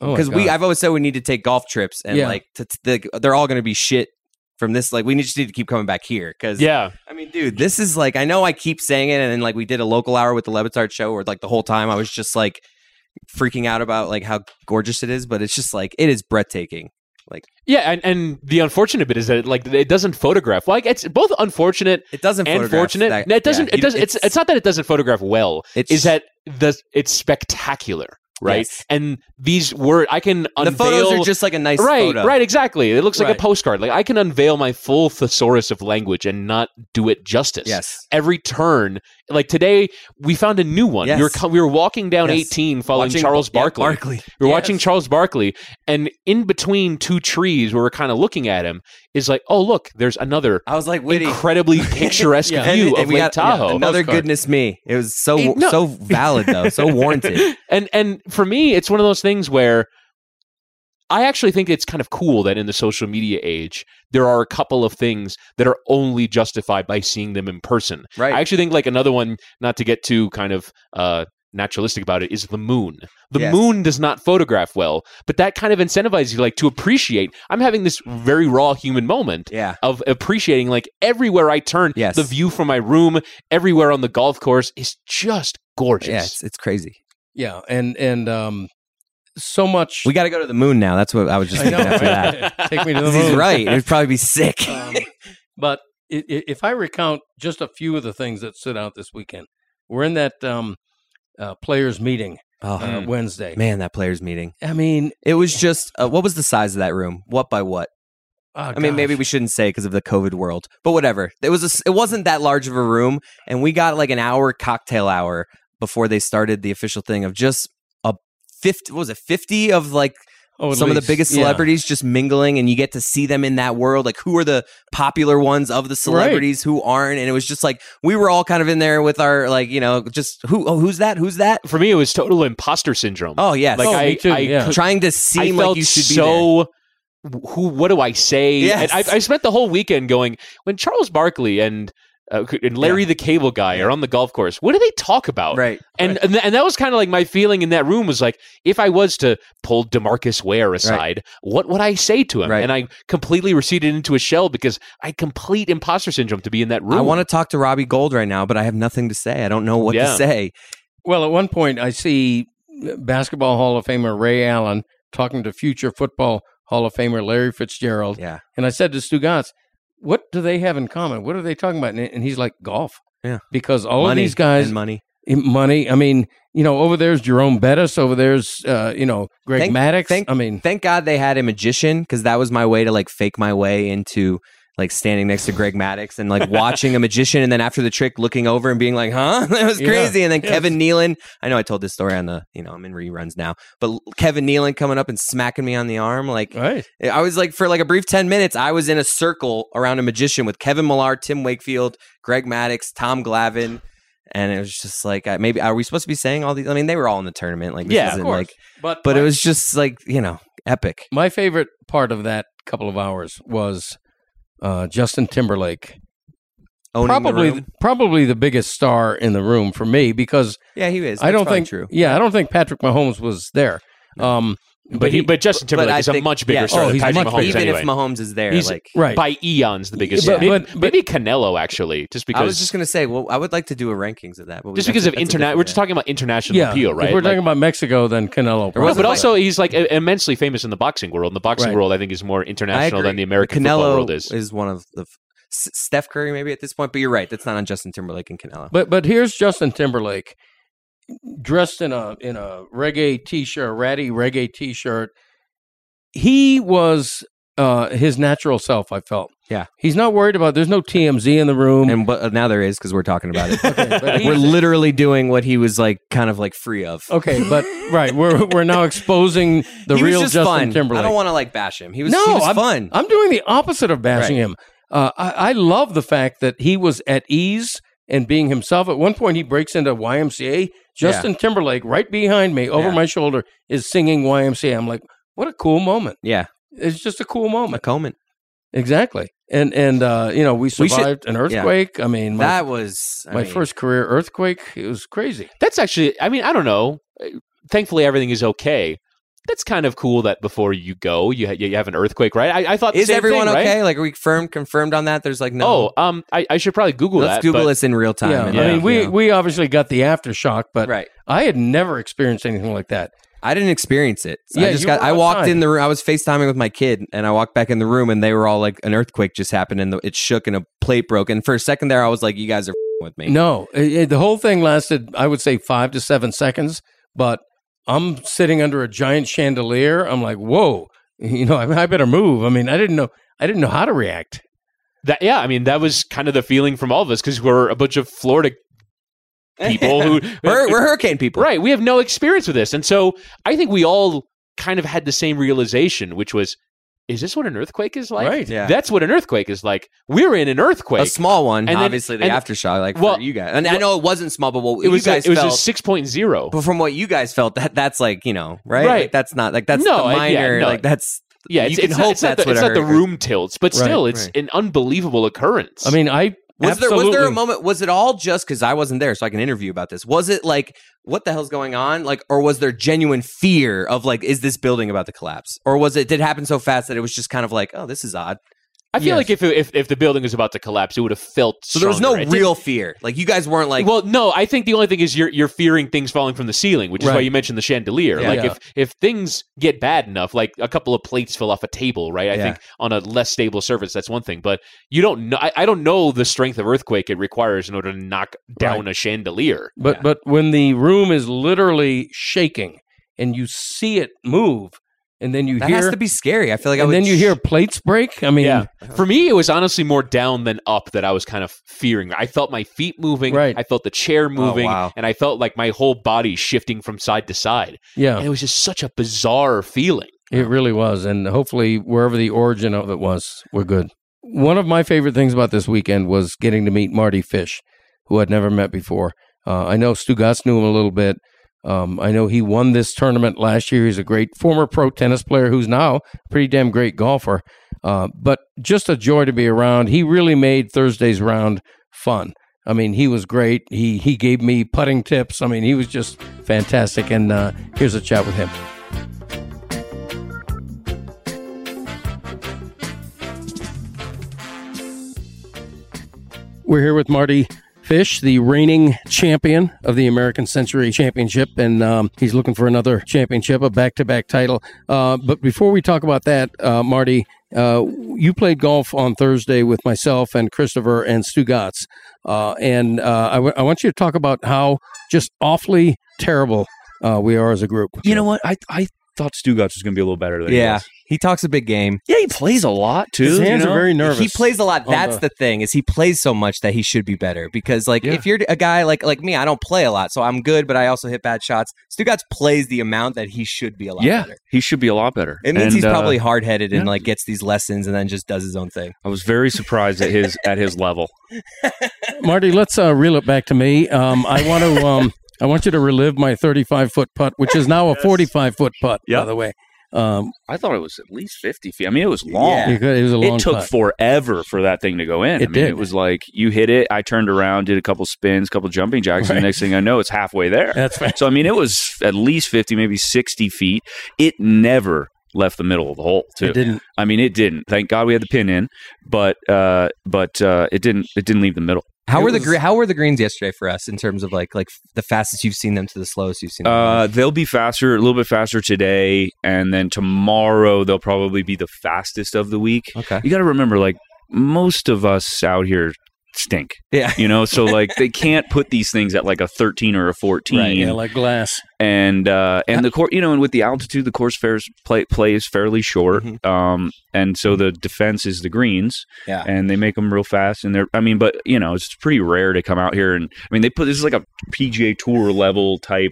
S5: Oh my
S4: because we
S5: God.
S4: I've always said we need to take golf trips and
S5: Yeah.
S4: like to, to- like, they're all going to be shit from this. Like we need- just need to keep coming back here because
S6: yeah,
S4: I mean, dude, this is like I know I keep saying it, and then like we did a local hour with the Levitard show where like the whole time I was just like freaking out about like how gorgeous it is, but it's just like it is breathtaking.
S6: yeah, and, and the unfortunate bit is that it, like it doesn't photograph. Like it's both unfortunate
S4: It doesn't
S6: and
S4: photograph
S6: fortunate.
S4: that-
S6: No, it doesn't.
S4: yeah,
S6: it doesn't. It's, it's not that it doesn't photograph well.
S4: it's
S6: is that the it's spectacular, right?
S4: Yes.
S6: And these were I can
S4: the
S6: unveil
S4: photos are just like a nice
S6: right,
S4: photo.
S6: right, exactly. It looks like
S4: Right.
S6: a postcard. Like I can unveil my full thesaurus of language and not do it justice.
S4: Yes.
S6: Every turn, like today, we found a new one. We were
S4: Yes.
S6: co- we were walking down
S4: Yes.
S6: 18, following
S4: Watching-
S6: Charles
S4: yeah,
S6: Barkley.
S4: Barkley.
S6: We were
S5: Yes.
S6: watching Charles Barkley, and in between two trees, where we're kind of looking at him, is like, oh look, there's another
S4: I was like, witty. [LAUGHS]
S6: incredibly picturesque
S5: Yeah.
S6: view
S4: And-
S6: of
S4: and we
S6: Lake
S4: got- yeah,
S6: Tahoe. [LAUGHS]
S4: another
S5: Postcard.
S4: goodness me. It was so
S6: Eh, no.
S4: so valid
S6: [LAUGHS]
S4: though, so warranted.
S6: and and for me, it's one of those things where I actually think it's kind of cool that in the social media age, there are a couple of things that are only justified by seeing them in person.
S4: Right.
S6: I actually think like another one, not to get too kind of uh, naturalistic about it is the moon. The
S4: Yes.
S6: moon does not photograph well, but that kind of incentivizes you like to appreciate. I'm having this very raw human moment
S4: [LAUGHS] Yeah.
S6: of appreciating like everywhere I turn,
S4: Yes.
S6: the view from my room, everywhere on the golf course is just gorgeous.
S4: Yeah, it's, it's crazy.
S5: Yeah, and and um, so much.
S4: We [LAUGHS] got to go to the moon now. That's what I was just
S5: I
S4: thinking
S5: know,
S4: after
S5: right?
S4: that.
S5: Take me to the
S4: 'Cause He's
S5: moon.
S4: right. It'd probably be sick.
S5: Um, but i- i- if I recount just a few of the things that stood out this weekend, we're in that um, uh, players meeting
S4: [LAUGHS] Oh,
S5: uh, Wednesday.
S4: man, that players meeting.
S5: I mean,
S4: It was just uh, what was the size of that room? What by what?
S5: oh,
S4: I mean, maybe
S5: gosh.
S4: we shouldn't say because of the COVID world, but whatever. It was a s it wasn't that large of a room, and we got like an hour cocktail hour before they started the official thing of just a fifty. What was it fifty of like
S5: Oh, at
S4: some of
S5: least,
S4: the biggest
S5: yeah.
S4: celebrities just mingling, and you get to see them in that world. Like who are the popular ones of the celebrities who aren't? And it was just like we were all kind of in there with our like you know just who oh who's that who's that
S6: For me, it was total imposter syndrome.
S4: oh yes
S6: like
S5: Oh,
S6: I,
S5: me too,
S6: I
S5: yeah.
S6: could-
S4: trying to seem
S6: I felt
S4: like you should be there.
S6: so. Who? What do I say?
S4: Yes.
S6: And I, I spent the whole weekend going when Charles Barkley and uh, and Larry the Cable Guy are on the golf course. What do they talk about?
S4: Right.
S6: And and, th- and that was kind of like my feeling in that room was like if I was to pull Demarcus Ware aside, what would I say to him?
S4: Right.
S6: And I completely receded into a shell because I had complete imposter syndrome to be in that room.
S4: I want to talk to Robbie Gold right now, but I have nothing to say. I don't know what
S6: Yeah.
S4: to say.
S5: Well, at one point, I see basketball Hall of Famer Ray Allen talking to future football Hall of Famer Larry Fitzgerald.
S4: Yeah.
S5: And I said to Stu Gantz, what do they have in common? What are they talking about? And- And he's like, golf.
S4: Yeah.
S5: Because all
S4: money
S5: of these guys,
S4: and money.
S5: in money. I mean, you know, over there's Jerome Bettis. Over there's, uh, you know, Greg
S4: Thank-
S5: Maddox.
S4: thank-
S5: I mean,
S4: Thank God they had a magician because that was my way to like fake my way into like standing next to Greg Maddox and like watching a magician and then after the trick looking over and being like, huh? [LAUGHS] That was
S5: Yeah.
S4: crazy. And then
S5: Yes.
S4: Kevin Nealon, I know I told this story on the, you know, I'm in reruns now, but Kevin Nealon coming up and smacking me on the arm. Like,
S5: right.
S4: I was like, for like a brief 10 minutes, I was in a circle around a magician with Kevin Millar, Tim Wakefield, Greg Maddox, Tom Glavin. And it was just like, I, maybe, are we supposed to be saying all these? I mean, they were all in the tournament. Like, this
S6: Yeah, of
S4: isn't
S5: course.
S4: like,
S5: But
S4: but it was just like, you know, epic.
S5: my favorite part of that couple of hours was uh, Justin Timberlake.
S4: Owning
S5: probably,
S4: the room.
S5: probably the biggest star in the room for me because
S4: yeah, he is.
S5: I
S4: That's
S5: don't
S4: probably
S5: think.
S4: true.
S5: Yeah, I don't think Patrick Mahomes was there. Um, but,
S6: but, he, but Justin Timberlake
S4: I
S6: is a
S4: think-
S6: much bigger
S4: yeah,
S6: star
S5: oh,
S6: than
S5: he's
S6: Patrick
S5: much
S6: Mahomes
S5: bigger.
S4: Even
S6: anyway.
S4: if Mahomes is there,
S6: He's-
S4: like,
S5: right.
S6: by eons the biggest.
S5: But-
S6: maybe,
S5: but- but-
S6: maybe Canelo actually, just because
S4: I was just gonna say, well, I would like to do a rankings of that, but we-
S6: just
S4: that's
S6: because
S4: a-
S6: of
S4: that's a
S6: internet.
S4: different
S6: We're just
S4: day.
S6: talking about international
S5: yeah,
S6: appeal,
S5: if
S6: right?
S5: we're
S6: Like-
S5: talking about Mexico, then Canelo.
S4: There
S6: No,
S5: probably.
S4: wasn't
S6: but
S4: like-
S6: also he's like i- immensely famous in the boxing world. And the boxing
S5: Right.
S6: world, I think, is more
S4: I
S6: international than
S4: agree.
S6: the American football
S4: Canelo
S6: world is.
S4: one of the f- S- Steph Curry maybe at this point, but you're right. That's not on Justin Timberlake and Canelo.
S5: But but here's Justin Timberlake dressed in a in a reggae t-shirt, ratty reggae t-shirt. He was uh his natural self, I felt.
S4: Yeah.
S5: He's not worried about there's no TMZ in the
S6: Um,
S5: room.
S4: and but, uh, now there is because we're talking
S6: [LAUGHS]
S4: about it.
S5: okay, but
S4: Like, we're
S5: he's-
S4: literally doing what he was like, kind of like free of.
S5: okay, but right, we're we're now exposing the
S4: he
S5: real
S4: was just
S5: Justin
S4: fun.
S5: Timberlake.
S4: I don't want to like bash him. He was
S5: No,
S4: he was
S5: I'm-
S4: fun.
S5: I'm doing the opposite of bashing him. Uh, I, I love the fact that he was at ease and being himself. At one point, he breaks into YMCA. Justin Timberlake, right behind me, over
S4: Yeah.
S5: my shoulder, is singing YMCA. I'm like, what a cool moment!
S4: yeah,
S5: It's just a cool
S4: a
S5: moment,
S4: Coleman.
S5: exactly. And and uh, you know, we
S4: should-
S5: survived an earthquake. I mean, my,
S4: That was I
S5: my
S4: mean,
S5: first career earthquake. It was crazy.
S6: That's actually, I mean, I don't know. Thankfully, everything is okay. That's kind of cool that before you go, you ha- you have an earthquake, right? I, I thought the
S4: Is
S6: same
S4: everyone
S6: thing, right?
S4: okay? Like, are we confirmed confirmed on that? There's like no.
S6: Oh, um, I, I should probably Google
S4: let's
S6: that.
S4: Google
S6: but
S4: this in real time.
S5: yeah,
S4: and,
S5: I
S4: like,
S5: mean, we
S4: you know.
S5: we obviously got the aftershock, but
S4: right.
S5: I had never experienced anything like that.
S4: I didn't experience it.
S5: Yeah,
S4: I just
S5: you
S4: got.
S5: were
S4: I walked
S5: outside.
S4: in the room. I was FaceTiming with my kid, and I walked back in the room, and they were all like, "An earthquake just happened, and the, it shook, and a plate broke." And for a second there, I was like, "You guys are f***ing with me."
S5: No, it- it- the whole thing lasted, I would say, five to seven seconds. But I'm sitting under a giant chandelier. I'm like, whoa, [LAUGHS] you know, I, I better move. I mean, I didn't know, I didn't know how to react.
S6: That, yeah, I mean, that was kind of the feeling from all of us because we're a bunch of Florida
S4: [LAUGHS]
S6: people who
S4: we're, we're hurricane people.
S6: Right. We have no experience with this. And so I think we all kind of had the same realization, which was, is this what an earthquake is like?
S5: Right.
S4: Yeah.
S6: That's what an earthquake is like. We're in an earthquake.
S4: A small one,
S6: And then-
S4: obviously the
S6: and-
S4: aftershock, like
S6: well,
S4: for you guys. And I know it wasn't small, but what
S6: it was,
S4: you
S6: a,
S4: guys
S6: it was a
S4: felt,
S6: 6.0.
S4: but from what you guys felt, that that's like you know, right?
S6: Right.
S4: Like, that's not like that's
S6: No,
S4: the
S6: I- yeah,
S4: minor.
S6: no.
S4: Like that's
S6: yeah, it's,
S4: you can
S6: it's
S4: hope
S6: not, it's not
S4: that's
S6: the,
S4: what
S6: it's
S4: I
S6: not the
S4: heard.
S6: room tilts, but
S5: Right,
S6: still, it's
S4: right.
S6: an unbelievable occurrence.
S5: I mean, I
S4: Was there was there a
S5: Absolutely.
S4: moment? Was it all just because I wasn't there, so I can interview about this? Was it like what the hell's going on? Like, or was there genuine fear of like, is this building about to collapse? Or was it did it happen so fast that it was just kind of like, oh, this is odd?
S6: I feel
S5: Yes.
S6: like if, it- if if the building was about to collapse, it would have felt.
S4: So there was no
S6: stronger. It didn't-
S4: real fear. Like you guys weren't like,
S6: well, no, I think the only thing is you're you're fearing things falling from the ceiling, which is why
S5: Right.
S6: you mentioned the chandelier.
S5: Yeah.
S6: Like
S5: Yeah.
S6: if if things get bad enough, like a couple of plates fell off a table, right? I
S4: Yeah.
S6: think on a less stable surface, that's one thing. But you don't know. I, I don't know the strength of earthquake it requires in order to knock down a chandelier.
S5: But but when the room is literally shaking and you see it move, and then you
S4: that
S5: hear,
S4: has to be scary. I feel like I
S5: and
S4: would.
S5: then you
S4: sh-
S5: hear plates break. I mean,
S6: yeah. For me, it was honestly more down than up that I was kind of fearing. I felt my feet moving.
S5: Right. Oh,
S6: I felt the chair moving.
S4: wow.
S6: And I felt like my whole body shifting from side to side.
S5: yeah,
S6: And it was just such a bizarre feeling.
S5: it really was. And hopefully, wherever the origin of it was, we're good. One of my favorite things about this weekend was getting to meet Marty Fish, who I'd never met before. Uh, I know Stu Gatz knew him a little bit. Um, I know he won this tournament last year. He's a great former pro tennis player who's now a pretty damn great golfer. Uh, but just a joy to be around. He really made Thursday's round fun. I mean, he was great. He he gave me putting tips. I mean, he was just fantastic. And uh, here's a chat with him. We're here with Marty Fish, the reigning champion of the American Century Championship, and um, he's looking for another championship, a back-to-back title. Uh, but before we talk about that, uh, Marty, uh, you played golf on Thursday with myself and Christopher and Stu Gatz, uh, and uh, I, w- I want you to talk about how just awfully terrible uh, we are as a group.
S3: You know what? I I thought Stugatz was going to be a little better than
S4: Yeah,
S3: He was.
S4: he talks a big game.
S3: Yeah, he plays a lot too.
S5: his
S3: you
S5: hands
S3: know?
S5: are very nervous.
S4: He plays a lot.
S5: on
S4: That's
S5: the-
S4: the thing is he plays so much that he should be better because like
S6: Yeah.
S4: if you're a guy like like me, I don't play a lot, so I'm good, but I also hit bad shots. Stugatz plays the amount that he should be a lot
S3: Yeah,
S4: better.
S3: he should be a lot better.
S4: It means
S3: And,
S4: he's
S3: uh,
S4: probably hard headed and
S3: yeah.
S4: like gets these lessons and then just does his own thing.
S3: I was very surprised at his at his level.
S5: Marty, let's uh, reel it back to me. Um, I want to. Um, I want you to relive my 35 foot putt, which is now a 45 foot putt. By
S3: Yep.
S5: the way, um,
S3: I thought it was at least fifty feet. I mean, it was long.
S5: you could- it was a long
S3: It took
S5: putt.
S3: forever for that thing to go in.
S5: It
S3: I mean,
S5: did.
S3: it was like you hit it. I turned around, did a couple spins, couple jumping jacks, and
S5: Right.
S3: the next thing I know, it's halfway there.
S5: That's right.
S3: So I mean, it was at least fifty, maybe sixty feet. It never left the middle of the hole. [LAUGHS] Too.
S5: It didn't.
S3: I mean, it didn't. Thank God we had the pin in, but uh, but uh, it didn't. It didn't leave the middle.
S4: How
S5: It
S4: were the
S5: was-
S4: gre- how were the greens yesterday for us in terms of like like the fastest you've seen them to the slowest you've seen them?
S3: Uh, they'll be faster, a little bit faster today, and then tomorrow they'll probably be the fastest of the week.
S4: okay.
S3: You got to remember, like most of us out here stink,
S4: Yeah.
S3: you know.
S5: [LAUGHS]
S3: So like they can't put these things at like a thirteen or a fourteen,
S5: Right, yeah, like glass.
S3: and uh, and the course, you know, and with the altitude, the course fares play play is fairly short,
S4: Mhm.
S3: um, and so the defense is the greens,
S4: Mm-hmm. Yeah.
S3: and they make them real fast, and they're, I mean, but you know, it's pretty rare to come out here and I mean, they put this is like a PGA Tour level type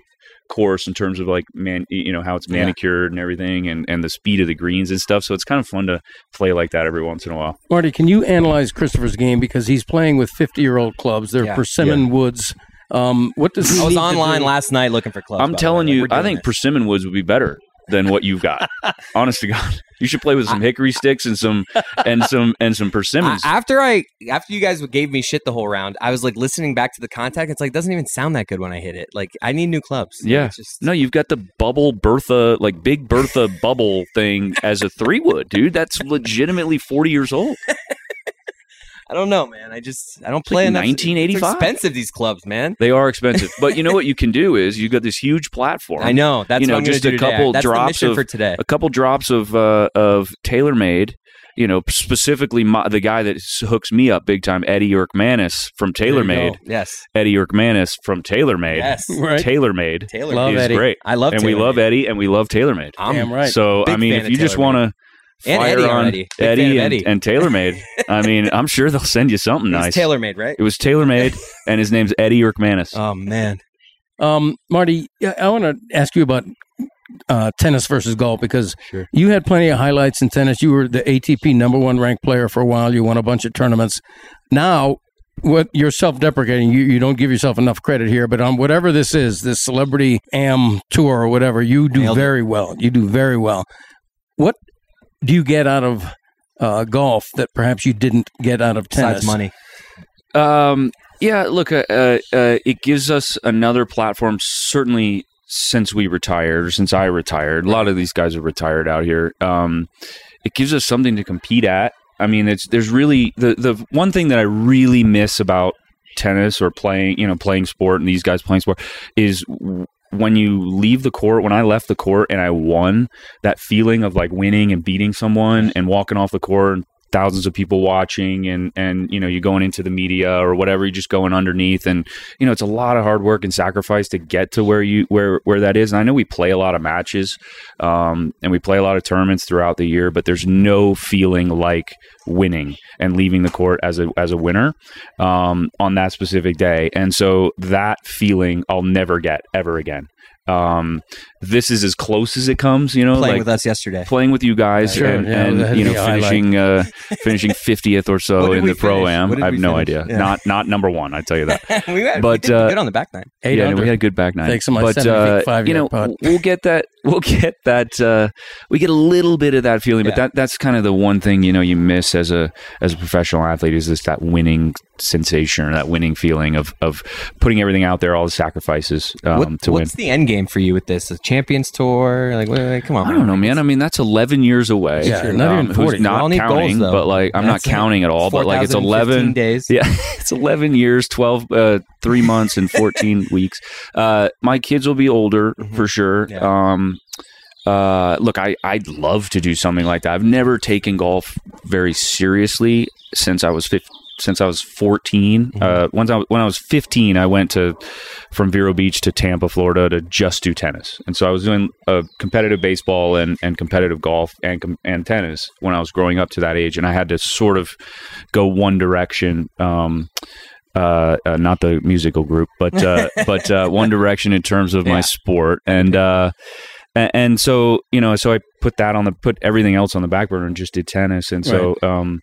S3: course in terms of like man you know how it's
S4: Yeah.
S3: manicured and everything and and the speed of the greens and stuff so it's kind of fun to play like that every once in a while
S5: Marty, can you analyze Christopher's game because he's playing with 50 year old clubs? They're
S4: Yeah.
S5: persimmon woods. Um, what does he
S4: I was
S5: need to
S4: online
S5: do?
S4: last night looking for clubs.
S3: i'm
S4: by the
S3: telling
S4: way.
S3: you
S4: Like, we're
S3: i
S4: doing
S3: think persimmon woods would be better than what
S4: [LAUGHS]
S3: you've got honest to god you should play with some hickory sticks and some and some and some
S4: I,
S3: persimmons
S4: after I after you guys gave me shit the whole round, I was like listening back to the contact. It's like doesn't even sound that good when I hit it. Like I need new clubs.
S3: Yeah.
S4: It's just,
S3: no you've got the bubble bertha like big bertha bubble thing as a three wood dude that's legitimately 40 years old
S4: I don't know, man. I just I don't
S3: like
S4: play enough.
S3: 1985.
S4: It's expensive these clubs, man.
S3: they are expensive but you know what you can do is you've got this huge platform
S4: I know. That's
S3: You know,
S4: what I'm gonna
S3: just a
S4: do today.
S3: couple
S4: That's the
S3: drops
S4: mission
S3: of-
S4: for today.
S3: a couple drops of uh, of TaylorMade. You know, specifically my, the guy that s- hooks me up big time, Eddie Yorkmanis from
S5: you go.
S3: TaylorMade.
S4: Yes.
S3: Eddie Yorkmanis from TaylorMade.
S4: Yes.
S5: Right.
S3: TaylorMade
S4: Taylor.
S5: Love
S3: is
S5: Eddie.
S3: great,
S4: I love
S3: and we
S4: Taylor.
S3: love Eddie, and we love TaylorMade.
S4: I'm
S5: Damn right.
S3: So I
S4: Big
S3: mean,
S4: fan
S3: if
S4: of
S3: you just
S4: TaylorMade.
S3: want to.
S4: And
S3: fire
S4: Eddie
S3: on
S4: already. Big
S3: Eddie,
S4: fan of
S3: and,
S4: Eddie.
S3: and TaylorMade. I mean, I'm sure they'll send you something nice.
S4: [LAUGHS] He's tailor made, right?
S3: it was
S4: [LAUGHS]
S3: TaylorMade, and his name's Eddie Yorkmanis.
S4: Oh man.
S5: Um, Marty, yeah, I want to ask you about uh, tennis versus golf because you had plenty of highlights in tennis. You were the ATP number one ranked player for a while. You won a bunch of tournaments. Now, what you're self deprecating, you, you don't give yourself enough credit here, but on whatever this is, this celebrity am tour or whatever, you do
S4: Nailed it.
S5: very well. You do very well. What do you get out of uh, golf that perhaps you didn't get out of tennis?
S4: Besides money.
S3: Um, yeah, look, uh, uh, uh, it gives us another platform, certainly since we retired, or since I retired. A lot of these guys are retired out here. Um, it gives us something to compete at. I mean, it's there's really the the one thing that I really miss about tennis or playing, you know, playing sport and these guys playing sport is w- when you leave the court. When I left the court and I won, that feeling of like winning and beating someone and walking off the court and thousands of people watching and and you know you're going into the media or whatever you're just going underneath and you know it's a lot of hard work and sacrifice to get to where you where where that is and i know we play a lot of matches um, and we play a lot of tournaments throughout the year but there's no feeling like winning and leaving the court as a as a winner um, on that specific day and so that feeling i'll never get ever again um, this is as close as it comes you know
S4: Playing
S3: like-
S4: with us yesterday.
S3: playing with you guys
S5: Sure,
S3: and,
S5: yeah, that'd
S3: and you
S5: be
S3: know
S5: a highlight.
S3: finishing uh,
S4: [LAUGHS]
S3: finishing 50th or
S4: What
S3: so
S4: did
S3: in
S4: we
S3: the
S4: finish?
S3: pro
S4: What
S3: am.
S4: did
S3: I have
S4: we
S3: no
S4: finish?
S3: idea.
S4: Yeah.
S3: Not not number one. I tell you that.
S4: [LAUGHS] we, had,
S3: But,
S4: we did
S3: uh,
S4: good on the back nine.
S5: Eight
S3: yeah, no,
S5: under.
S3: we had a good back nine.
S5: Thanks to my
S3: but
S5: seven
S3: uh,
S5: feet, five
S3: you
S5: yard
S3: know,
S5: putt.
S3: we'll get that. We'll get that. Uh, we get a little bit of that feeling, but
S4: Yeah.
S3: that that's kind of the one thing you know you miss as a as a professional athlete is this that winning sensation or that winning feeling of of putting everything out there, all the sacrifices um,
S4: What-
S3: to win.
S4: what's the end game for you with this? A champions tour? Like, wait, wait, come on.
S3: I don't know, man. I mean, that's 11 years away. Um,
S5: Yeah, not even
S3: who's
S5: 40. We
S3: Not
S4: all need goals,
S3: counting,
S4: though.
S3: but like, I'm
S4: That's it.
S3: not counting at all. But like, it's
S4: 4,015
S3: 11
S4: days.
S3: Yeah, [LAUGHS] it's 11 years, 12, uh, three months,
S4: [LAUGHS]
S3: and 14 weeks. Uh, my kids will be older for sure.
S4: Mm-hmm. Yeah.
S3: Um, uh, look, I, I'd love to do something like that. I've never taken golf very seriously since I was 15. Since I was 14, uh, once I was, when I was 15, I went to from Vero Beach to Tampa, Florida, to just do tennis. And so I was doing uh, competitive baseball and, and competitive golf and com- and tennis when I was growing up to that age. And I had to sort of go one direction. Um, uh, uh, not the musical group, but uh, but uh, One Direction in terms of
S4: Yeah.
S3: my sport, and uh, a- and so you know, so I put that on the put everything else on the back burner and just did tennis, and so um,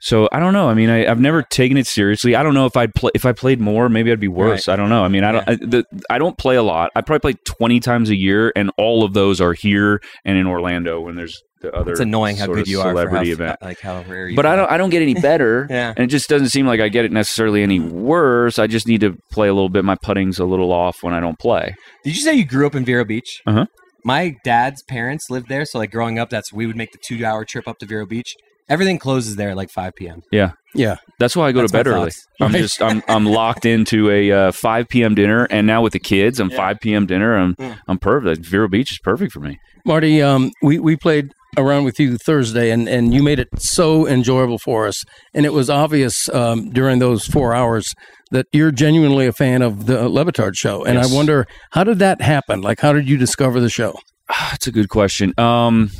S3: so I don't know. I mean, I, I've never taken it seriously. I don't know if I'd play if I played more, maybe I'd be worse. I don't know. I mean, I don't I, the, I don't play a lot. I probably play twenty times a year, and all of those are here and in Orlando when there's the other.
S4: It's annoying how
S3: sort of
S4: good you are for how,
S3: celebrity event
S4: like how rare you
S3: but I
S4: are.
S3: don't I
S4: [LAUGHS]
S3: don't get any better.
S4: Yeah.
S3: And it just doesn't seem like I get it necessarily any worse. I just need to play a little bit. My putting's a little off when I don't play.
S4: Did you say you grew up in Vero Beach?
S3: Uh-huh.
S4: My dad's parents lived there, so like growing up, that's we would make the two-hour trip up to Vero Beach. Everything closes there at like 5 p.m.
S5: Yeah.
S3: That's why I go
S4: That's
S3: to
S4: my
S3: bed early.
S4: thoughts.
S3: I'm
S5: Right.
S3: just I'm I'm locked into a uh, 5 p.m. dinner, and now with the kids, I'm 5 p.m. dinner. I'm
S4: Yeah.
S3: I'm perfect. Vero Beach is perfect for me. [SIGHS]
S5: Marty, um, we, we played around with you Thursday, and, and you made it so enjoyable for us. And it was obvious um, during those four hours that you're genuinely a fan of the Levitard show. And
S3: Yes.
S5: I wonder, how did that happen? Like, how did you discover the show?
S3: That's a good question. Um,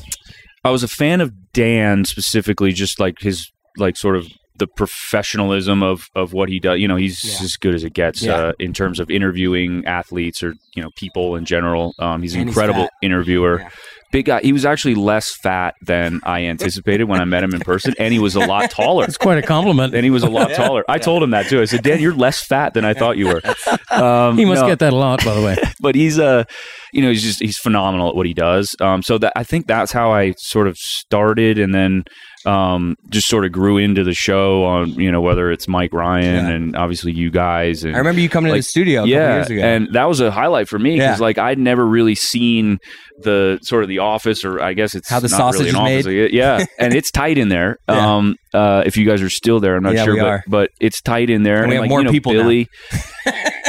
S3: I was a fan of Dan specifically, just like his like sort of the professionalism of of what he does. You know, he's
S4: Yeah.
S3: as good as it gets
S5: Yeah.
S3: uh, in terms of interviewing athletes or you know people in general. Um, he's an
S4: And he's
S3: incredible
S4: fat.
S3: interviewer.
S4: Yeah.
S3: Big guy. He was actually less fat than I anticipated when I met him in person, and he was a
S4: [LAUGHS]
S3: lot taller.
S5: It's quite a compliment.
S3: And he was a lot taller. I told him that too. I said, "Dan, you're less fat than I thought you were." Um,
S5: [LAUGHS] [LAUGHS] he must
S3: no
S5: get that a lot, by the way.
S3: but he's uh, you know he's just he's phenomenal at what he does um so that i think that's how i sort of started and then um just sort of grew into the show on you know whether it's mike ryan
S4: Yeah.
S3: and obviously you guys and
S4: I remember you coming to
S3: Like,
S4: the studio a couple
S3: yeah,
S4: years ago.
S3: and that was a highlight for me because
S4: Yeah.
S3: like I'd never really seen the sort of the office, or I guess it's
S4: How the
S3: not
S4: sausage
S3: really an
S4: is [LAUGHS]
S3: office. Yeah, and it's tight in there.
S4: Yeah.
S3: Um, uh, if you guys are still there, I'm not
S4: Yeah,
S3: sure,
S4: we
S3: but
S4: are.
S3: but it's tight in there.
S4: And we have
S3: like,
S4: more
S3: you know,
S4: people now. [LAUGHS]
S3: Billy,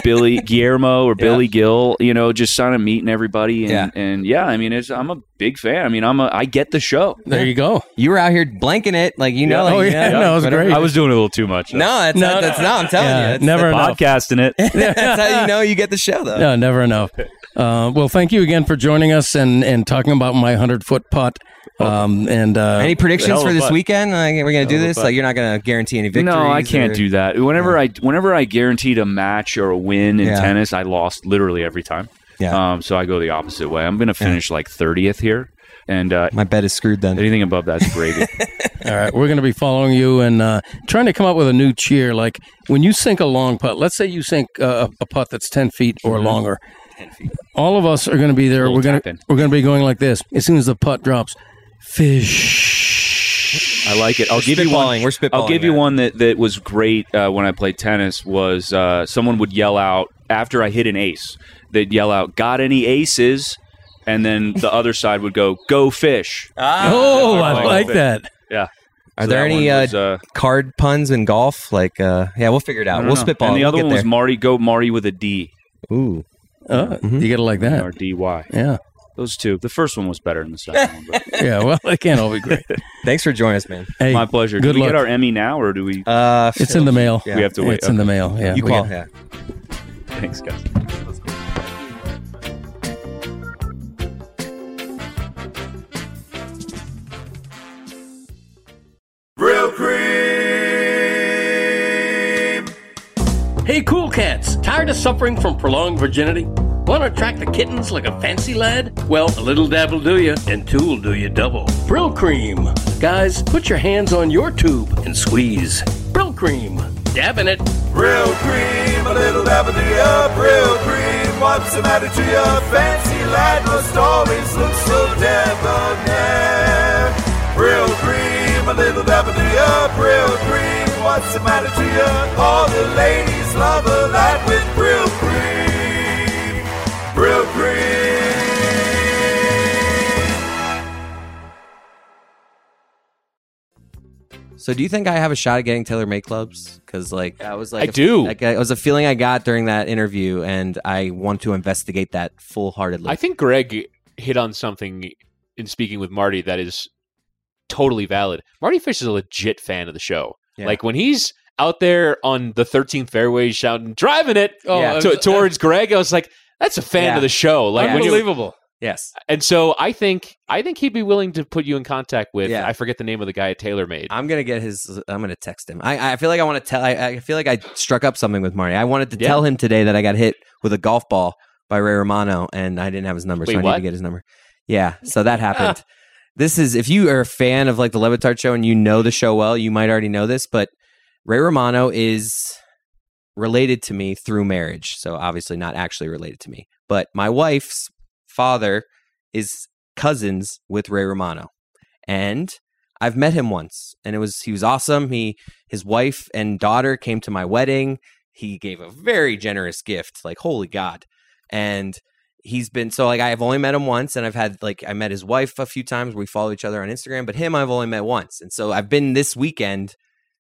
S3: Billy Guillermo or Billy Gill, you know, just kind of meeting everybody, and
S4: Yeah.
S3: and yeah, I mean, it's I'm a big fan. I mean, I'm a I get the show.
S5: There you go.
S4: you were out here blanking it, like you know,
S5: Yeah.
S4: like,
S5: Oh,
S4: you
S5: yeah.
S4: know,
S5: No, it was
S4: whatever.
S5: great.
S3: I was doing a little too much. though.
S4: No, that's
S5: No,
S4: not,
S5: no.
S4: that's not. I'm telling you,
S5: Yeah,
S4: that's,
S5: never enough.
S3: podcasting it.
S4: [LAUGHS] That's how you know you get the show though.
S5: No, never enough. Uh, well, thank you again for joining us and, and talking about my 100 foot putt. Um, and uh,
S4: Any predictions
S3: hell
S4: for
S3: of a
S4: this
S3: butt.
S4: weekend? Like, we're gonna do this. Like, you're not gonna guarantee any victories.
S3: No, I can't
S4: or-
S3: do that. Whenever I whenever I guaranteed a match or a win in
S4: Yeah.
S3: tennis, I lost literally every time.
S4: Yeah.
S3: Um, so I go the opposite way. I'm going to finish like 30th here, and uh,
S4: My bet is screwed then.
S3: anything above
S4: [LAUGHS]
S3: that's gravy.
S5: All right, we're going to be following you and uh, trying to come up with a new cheer. Like when you sink a long putt, let's say you sink uh, a putt that's ten feet or longer. All of us are going to be there.
S3: Mm-hmm. Little
S5: We're going to
S3: tap in.
S5: we're going to be going like this as soon as the putt drops. Fish.
S3: I like it. I'll
S4: We're
S3: give you one.
S4: spitballing. We're spitballing.
S3: I'll give you
S4: now.
S3: one that, that was great uh, when I played tennis was uh, someone would yell out after I hit an ace. They'd yell out, "Got any aces?" And then
S4: [LAUGHS]
S3: the other side would go, "Go fish."
S4: Ah.
S5: Oh, I
S3: Oh.
S5: like that.
S4: Are
S3: So
S4: there
S3: that
S4: any
S3: one
S4: uh,
S3: was, uh,
S4: card puns in golf? Like, uh, yeah, we'll figure it
S3: I
S4: out.
S3: don't
S4: We'll
S3: know.
S4: spitball.
S3: And the
S4: We'll
S3: other
S4: get
S3: one was Mari go Mari with a D
S4: there. Ooh.
S5: Oh, You got to like
S3: or
S5: that.
S3: D Y.
S5: Yeah.
S3: Those two. The first one was better than the
S5: [LAUGHS]
S3: second one. But
S5: Yeah. Well, it can't all be
S3: [LAUGHS]
S5: great.
S4: Thanks for joining us, man.
S5: Hey,
S3: my pleasure.
S5: Good
S3: Do we
S5: luck.
S3: get our Emmy now, or do
S5: [LAUGHS]
S3: we?
S4: Uh,
S5: it's in the mail.
S4: Yeah.
S3: We have to wait.
S5: It's in the mail. Yeah.
S4: you
S5: We
S4: call.
S5: got-
S4: Yeah.
S3: Thanks, guys.
S2: Real cream.
S7: Hey, cool cats! Tired of suffering from prolonged virginity? Want to attract the kittens like a fancy lad? Well, a little dabble'll do you, and two'll do you double. Brill cream, guys! Put your hands on your tube and squeeze. Brill cream, dabbing it.
S2: Real cream, a little dab of the up. Real cream, what's the matter to you? Fancy lad must always look so debonair. Real cream, a little dab of the up. Real cream, what's the matter to you? All the ladies love a lad with real cream. Real cream.
S4: So, do you think I have a shot at getting Taylor May clubs? Because, like, that was like
S6: I do.
S4: Like, it was a feeling I got during that interview, and I want to investigate that full heartedly.
S6: I think Greg hit on something in speaking with Marty that is totally valid. Marty Fish is a legit fan of the show.
S4: Yeah.
S6: Like when he's out there on the 13th fairway shouting, driving it
S5: Oh,
S4: Yeah.
S5: it
S6: to-
S5: was-
S6: towards Greg, I was like, that's a fan
S4: Yeah.
S6: of the show. Like when you,
S5: unbelievable.
S4: yes.
S6: and so I think I think he'd be willing to put you in contact with.
S4: Yeah.
S6: I forget the name of the guy at TaylorMade.
S4: I'm gonna get his. I'm gonna text him. I, I feel like I want to tell. I, I feel like I struck up something with Marty. I wanted to
S6: Yeah.
S4: tell him today that I got hit with a golf ball by Ray Romano, and I didn't have his number,
S6: Wait,
S4: so I need
S6: what?
S4: to get his number. Yeah, so
S6: [LAUGHS]
S4: that happened. This is if you are a fan of like the Levitard show and you know the show well, you might already know this, but Ray Romano is related to me through marriage, so obviously not actually related to me. But my wife's father is cousins with Ray Romano, and I've met him once, and it was he was awesome. He his wife and daughter came to my wedding. He gave a very generous gift, like holy god, and he's been so like I've only met him once, and I've had like I met his wife a few times. We follow each other on Instagram, but him I've only met once, and so I've been this weekend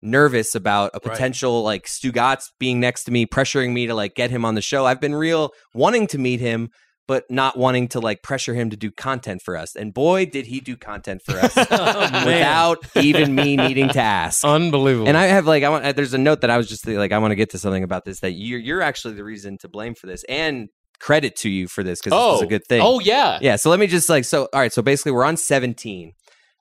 S4: nervous about a potential like Stugatz being next to me, pressuring me to like get him on the show. I've been real wanting to meet him. But not wanting to like pressure him to do content for us. And boy, did he do content for us without even me needing to ask.
S5: Unbelievable.
S4: And I have like I want. uh, There's a note that I was just like I want to get to something about this that you're you're actually the reason to blame for this and credit to you for this because this was a good thing.
S6: Oh yeah.
S4: yeah. So let me just like so. All right. So basically, we're on 17,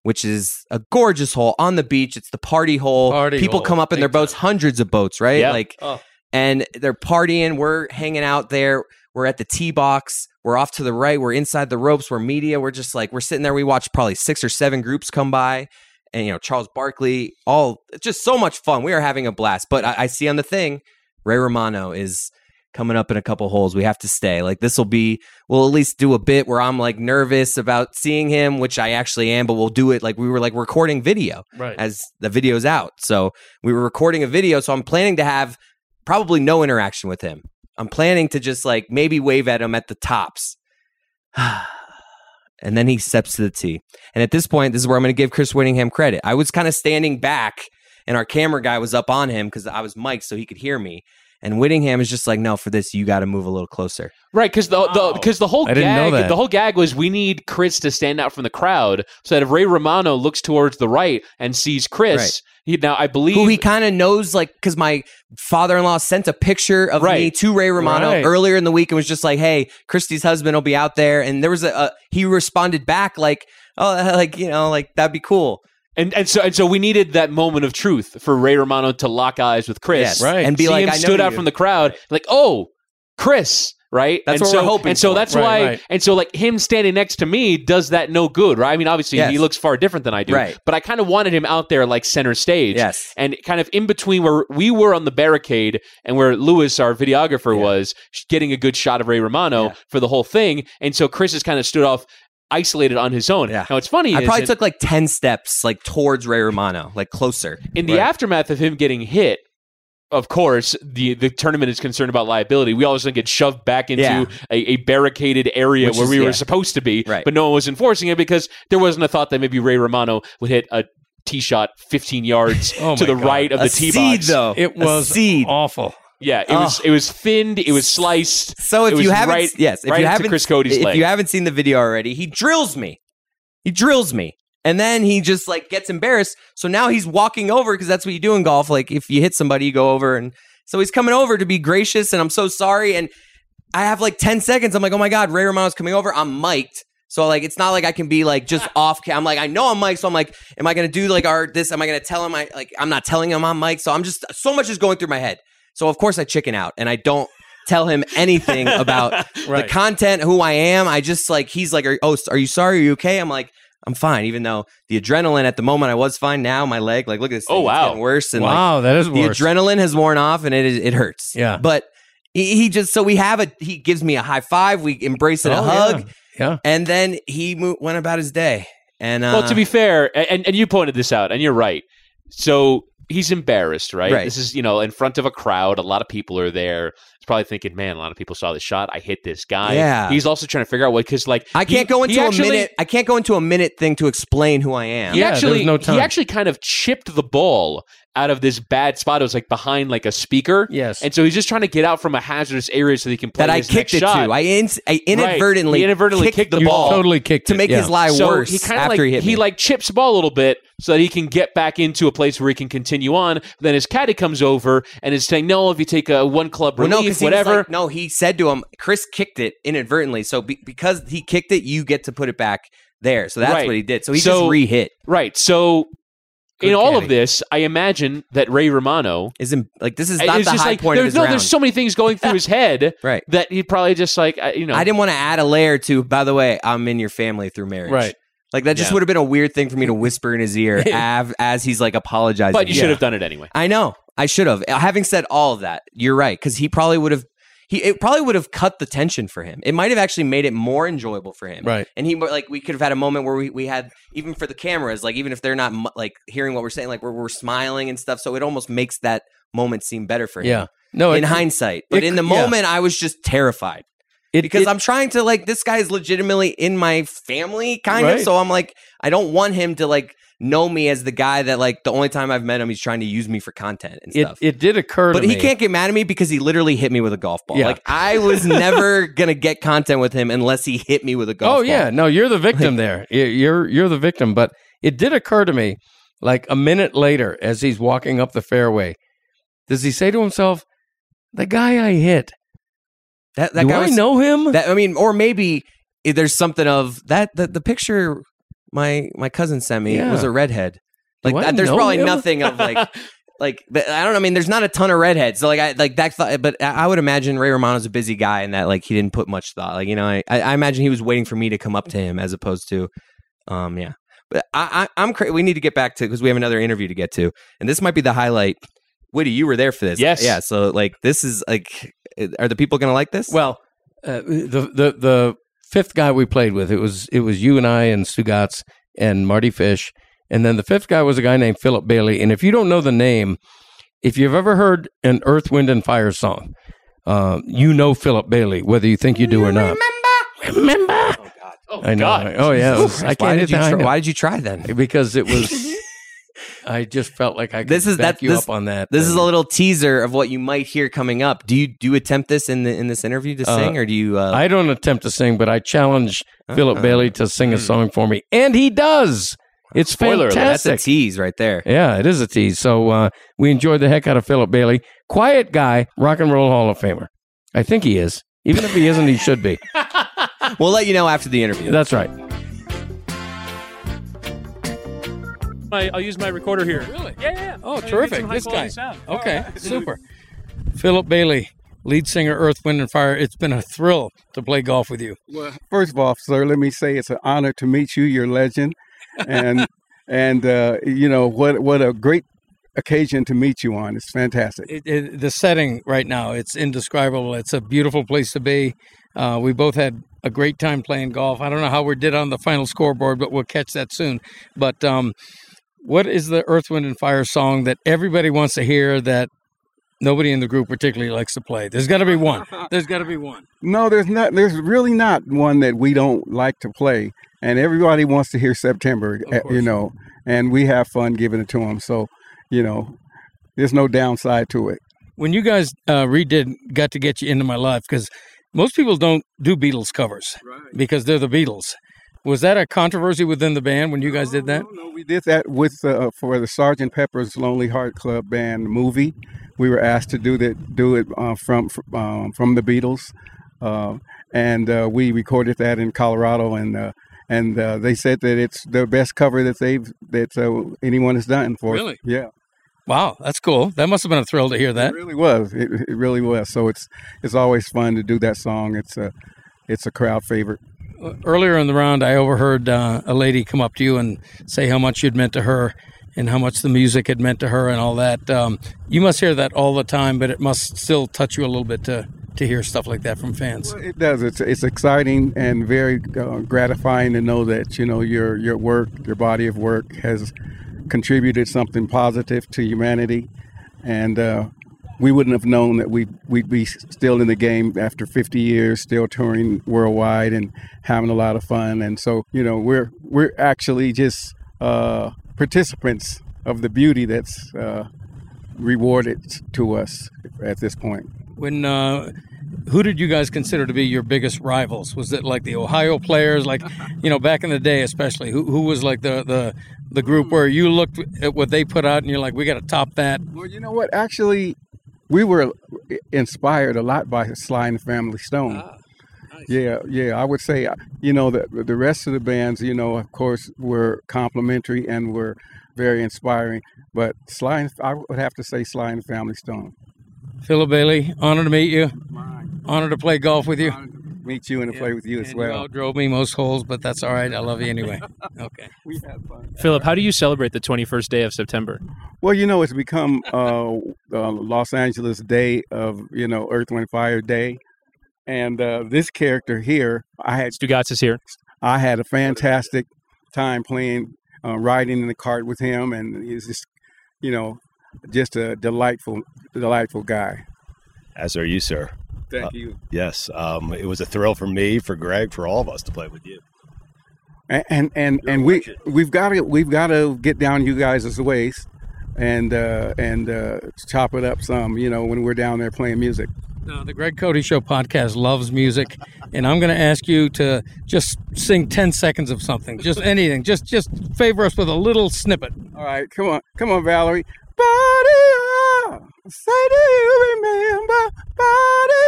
S4: which is a gorgeous hole on the beach. It's the party hole.
S5: Party
S4: People
S5: hole,
S4: come up in
S5: big
S4: their boats, hundreds of boats, right?
S6: Yeah.
S4: Like
S5: Oh.
S4: and they're partying. We're hanging out there. We're at the tee box. We're off to the right. We're inside the ropes. We're media. We're just like we're sitting there. We watch probably six or seven groups come by, and you know Charles Barkley. All just so much fun. We are having a blast. But I, I see on the thing, Ray Romano is coming up in a couple holes. We have to stay. Like this will be. We'll at least do a bit where I'm like nervous about seeing him, which I actually am. But we'll do it like we were like recording video
S5: right.
S4: as the video's out. So we were recording a video. So I'm planning to have probably no interaction with him. I'm planning to just like maybe wave at him at the tops. [SIGHS] and then he steps to the tee. And at this point, this is where I'm going to give Chris Whittingham credit. I was kind of standing back and our camera guy was up on him because I was mic'd so he could hear me. And Whittingham is just like, no, for this, you got to move a little closer.
S6: Right, because the the because the whole
S5: I didn't know
S6: gag
S5: that.
S6: the whole gag was we need Chris to stand out from the crowd so that if Ray Romano looks towards the right and sees Chris, he now I believe
S4: Who he kind of knows, like, because my father in law sent a picture of me
S6: Right.
S4: to Ray Romano
S5: Right.
S4: earlier in the week and was just like, hey, Christie's husband will be out there. And there was a, a he responded back, like, oh, [LAUGHS] like, you know, like, that'd be cool.
S6: and and so and so we needed that moment of truth for Ray Romano to lock eyes with Chris,
S4: Yes, right. and be
S6: See
S4: like,
S6: him
S4: "I know
S6: stood out
S4: you."
S6: from the crowd, like oh, Chris. Right,
S4: That's
S6: and
S4: what
S6: so,
S4: we're hoping
S6: and so
S4: for.
S6: that's
S5: Right,
S6: why,
S5: right.
S6: and so like him standing next to me does that no good, right? I mean, obviously
S4: Yes.
S6: he looks far different than I do,
S4: Right.
S6: But I kind of wanted him out there like center stage,
S4: Yes.
S6: and kind of in between where we were on the barricade and where Lewis, our videographer, was getting a good shot of Ray Romano for the whole thing. And so Chris has kind of stood off isolated on his own.
S4: Yeah.
S6: Now it's funny.
S4: I
S6: is
S4: probably
S6: in-
S4: took like 10 steps like towards Ray Romano, like closer.
S6: in the aftermath of him getting hit. Of course, the the tournament is concerned about liability. We all of a sudden get shoved back into
S4: Yeah.
S6: a, a barricaded area
S4: Which
S6: where
S4: is-
S6: we
S4: yeah.
S6: were supposed to be,
S4: Right.
S6: but no one was enforcing it because there wasn't a thought that maybe Ray Romano would hit a tee shot 15
S4: [LAUGHS]
S6: yards
S5: Oh
S6: to
S5: my
S6: the
S5: God.
S6: right of
S4: a
S6: the tee
S4: seed
S6: box.
S4: though.
S5: It
S4: A
S5: was
S4: seed.
S5: awful.
S6: Yeah, it was it was thinned, it was sliced.
S4: So if
S6: It was
S4: you haven't,
S6: right-
S4: yes, if
S6: right
S4: you
S6: into
S4: haven't,
S6: Chris Cody's
S4: if
S6: leg.
S4: you haven't seen the video already, he drills me. He drills me, and then he just like gets embarrassed. So now he's walking over because that's what you do in golf. Like if you hit somebody, you go over, and so he's coming over to be gracious. And I'm so sorry. And I have like ten seconds. I'm like, oh my god, Ray Romano's coming over. I'm mic'd. So like it's not like I can be
S6: [LAUGHS]
S4: like just off. ca- I'm like I know I'm mic, so I'm like, am I gonna do like our this? Am I gonna tell him? I like I'm not telling him I'm mic, so I'm just so much is going through my head. So of course I chicken out and I don't tell him
S6: [LAUGHS]
S4: anything about
S5: Right.
S4: the content, who I am. I just like he's like, are, oh, s- are you sorry? Are you okay? I'm like, I'm fine. Even though the adrenaline at the moment I was fine. Now my leg, like, look at this.
S6: Oh,
S4: thing, it's
S6: wow.
S4: getting worse and like
S5: wow, that is
S4: the
S5: worse.
S4: adrenaline has worn off and it is- it hurts.
S5: Yeah.
S4: but. He he just so we have a he gives me a high five we embrace it a
S5: Oh,
S4: hug
S5: Yeah.
S4: and then he mo- went about his day. And uh,
S6: well, to be fair, a- and, and you pointed this out, and you're right. So he's embarrassed, right?
S4: Right.
S6: This is, you know, in front of a crowd. A lot of people are there. He's probably thinking, man, a lot of people saw this shot. I hit this guy.
S4: Yeah.
S6: He's also trying to figure out what, because, like,
S4: I
S6: he-
S4: can't go
S6: he
S4: into a
S6: actually-
S4: minute. I can't go into a minute thing to explain who I am.
S6: He
S5: Yeah, there was
S6: actually,
S5: no time.
S6: he actually kind of chipped the ball out of this bad spot. It was like behind like a speaker.
S5: Yes.
S6: And so he's just trying to get out from a hazardous area so he can play
S4: That I
S6: his
S4: kicked
S6: next
S4: it
S6: shot.
S4: to. I, ins- I inadvertently,
S6: He inadvertently kicked the
S5: you
S6: ball.
S5: totally kicked
S4: to
S5: it,
S4: make
S5: yeah.
S4: his lie
S6: so
S4: worse
S6: he kind of
S4: after
S6: like
S4: he hit me.
S6: like chips the ball a little bit so that he can get back into a place where he can continue on. Then his caddy comes over and is saying, "No, if you take a one club
S4: Well,
S6: relief,
S4: no, 'cause he was
S6: whatever."
S4: like- no, he said to him, Chris kicked it inadvertently. So be- because he kicked it, you get to put it back there. So that's
S6: Right.
S4: what he did. So he
S6: So-
S4: just re-hit.
S6: right. So
S4: Good
S6: in all of
S4: caddy.
S6: this, I imagine that Ray Romano
S4: Isn't like this is not
S6: it's
S4: the
S6: just
S4: high
S6: like
S4: point of
S6: there's
S4: his
S6: no,
S4: round.
S6: there's so many things going
S4: [LAUGHS]
S6: through his head
S4: right.
S6: that he probably just like I- you know.
S4: I didn't want to add a layer to. By the way, I'm in your family through marriage.
S5: Right.
S4: Like that just
S6: Yeah.
S4: would have been a weird thing for me to whisper in
S6: [LAUGHS]
S4: his ear av- as he's like apologizing.
S6: but you should
S4: Yeah.
S6: have done it anyway.
S4: I know. I should have. Having said all of that, you're right because he probably would have. He it probably would have cut the tension for him. It might have actually made it more enjoyable for him.
S5: Right.
S4: And he like we could have had a moment where we, we had even for the cameras like even if they're not mu- like hearing what we're saying like we're, we're smiling and stuff so it almost makes that moment seem better for him.
S5: Yeah. No,
S4: In
S5: Oh, it-
S4: hindsight, but
S5: it-
S4: in the
S5: yeah.
S4: moment, I was just terrified
S5: it-
S4: because
S5: it-
S4: I'm trying to like this guy is legitimately in my family kind of
S5: Right.
S4: so I'm like I don't want him to like know me as the guy that like the only time I've met him he's trying to use me for content and
S5: it,
S4: stuff.
S5: it did occur
S4: but
S5: to
S4: he
S5: me.
S4: can't get mad at me because he literally hit me with a golf ball.
S5: Yeah.
S4: Like I
S5: [LAUGHS]
S4: was never gonna get content with him unless he hit me with a golf
S5: oh
S4: ball.
S5: yeah, no, you're the victim there. You- You're you're the victim. But it did occur to me, like a minute later, as he's walking up the fairway, does he say to himself, "The guy I hit?
S4: That that
S5: do
S4: guy
S5: I
S4: was,
S5: know him?
S4: that I mean, or maybe i- there's something of that the, the picture my my cousin sent me
S5: Yeah.
S4: was a redhead.
S5: Do
S4: Like
S5: I
S4: that, there's
S5: know
S4: probably
S5: him?
S4: nothing of
S5: [LAUGHS]
S4: like like th- I don't know. I mean, there's not a ton of redheads. So like I like that. Thought, but I I would imagine Ray Romano's a busy guy, and that like he didn't put much thought. Like you know, I, I I imagine he was waiting for me to come up to him as opposed to, um, yeah. But I, I I'm cra- we need to get back to because we have another interview to get to, and this might be the highlight. Woody, you were there for this.
S6: Yes.
S4: Yeah. So like this is like, uh, are the people gonna like this?
S5: Well, uh, the the the fifth guy we played with, it was it was you and I and Sugats and Marty Fish, and then the fifth guy was a guy named Philip Bailey. And if you don't know the name, if you've ever heard an Earth, Wind, and Fire song, uh, you know Philip Bailey, whether you think you do or not. Remember, remember.
S6: Oh
S5: I know.
S6: God.
S5: Oh yeah, it was- I
S4: why
S5: can't.
S4: did
S5: hit
S4: you
S5: that- I
S4: try,
S5: know.
S4: why did you try then?
S5: Because
S4: [LAUGHS]
S5: it was. I just felt like I could
S4: This is-
S5: back
S4: that-
S5: you
S4: this-
S5: up on that.
S4: This is
S5: and
S4: a little teaser of what you might hear coming up. Do you do you attempt this in the in this interview to
S5: Uh,
S4: sing, or do you? Uh,
S5: I don't attempt to sing, but I challenge
S4: Uh-uh.
S5: Philip Bailey to sing a song for me, and he does. It's
S6: Spoiler alert.
S5: fantastic.
S4: Hmm. That's a tease right there.
S5: Yeah, it is a tease. So uh, we enjoyed the heck out of Philip Bailey. Quiet guy, rock and roll Hall of Famer. I think he is. Even if he isn't, he should be.
S4: We'll let you know after the interview.
S5: That's right.
S8: my I'll use my recorder here.
S5: Really?
S8: Yeah, yeah.
S5: Oh,
S8: I'll get
S5: terrific.
S8: some
S5: This guy.
S8: high-quality sound.
S5: Okay, super. Philip Bailey, lead singer, Earth, Wind, and Fire. It's been a thrill to play golf with you.
S1: First of all, sir, let me say it's an honor to meet you. You're a legend, and and uh, you know what what a great occasion to meet you on. It's fantastic.
S5: It, it, the setting right now, it's indescribable. It's a beautiful place to be. Uh, we both had
S9: a great time playing golf. I don't know how we did on the final scoreboard, but we'll catch that soon. But um, what is the Earth, Wind, and Fire song that everybody wants to hear that nobody in the group particularly likes to play? There's got to be one. There's got to be one.
S1: No, there's not. There's really not one that we don't like to play, and everybody wants to hear September. eh, You know, and we have fun giving it to them. So, you know, there's no downside to it.
S9: When you guys uh, redid Got to Get You Into My Life, because most people don't do Beatles covers because they're the Beatles. Was that a controversy within the band when you guys did that?
S1: We did that with uh, for the Sergeant Pepper's Lonely Heart Club Band movie. We were asked to do that, do it uh, from from, um, from the Beatles, uh, and uh, we recorded that in Colorado. And uh, and uh, they said that it's the best cover that they've that uh, anyone has done for. us.
S9: Really?
S1: Yeah.
S9: Wow, that's cool. That must have been a thrill to hear that.
S1: It really was. It, it really was. So it's it's always fun to do that song. It's a it's a crowd favorite.
S9: Earlier in the round, I overheard uh, a lady come up to you and say how much you'd meant to her and how much the music had meant to her and all that. Um, you must hear that all the time, but it must still touch you a little bit to, to hear stuff like that from fans.
S1: It does. It's it's exciting and very uh, gratifying to know that you know your your work, your body of work, has contributed something positive to humanity, and uh, we wouldn't have known that we we'd be still in the game after 50 years, still touring worldwide and having a lot of fun. And so you know we're we're actually just uh, participants of the beauty that's uh, rewarded to us at this point.
S9: When uh, who did you guys consider to be your biggest rivals? Was it like the Ohio players, like you know back in the day, especially who who was like the the the group where you looked at what they put out and you're like, we got to top that.
S1: Well, you know what? Actually, we were inspired a lot by Sly and the Family Stone. Yeah, yeah. I would say, uh, you know, the the rest of the bands, you know, of course, were complimentary and were very inspiring. But Sly, and, I would have to say, Sly and the Family Stone.
S9: Philip Bailey, honor to meet you. Honor to play golf with you.
S1: Meet you and to play with you as
S9: And
S1: well.
S9: You outdrove me most holes, but that's all right. I love you anyway. Okay.
S1: We had fun.
S8: Philip, how do you celebrate the 21st day of September?
S1: Well, you know, it's become uh, uh, Los Angeles Day of you know Earth, Wind, Fire Day, and uh, this character here, I had
S8: Stugatz is here.
S1: I had a fantastic time playing, uh, riding in the cart with him, and he's just, you know, just a delightful, delightful guy.
S10: As are you, sir.
S1: Thank
S10: Uh,
S1: you.
S10: Yes, um, it was a thrill for me, for Greg, for all of us to play with you.
S1: And and and, and we we've got to we've got to get down you guys' ways, and uh, and uh, chop it up some, you know, when we're down there playing music.
S9: Now, the Greg Cody Show podcast loves music, and I'm going to ask you to just sing 10 seconds of something, just anything. Just just favor us with a little snippet.
S1: All right, come on, come on, Valerie. Body up, say do you remember? Body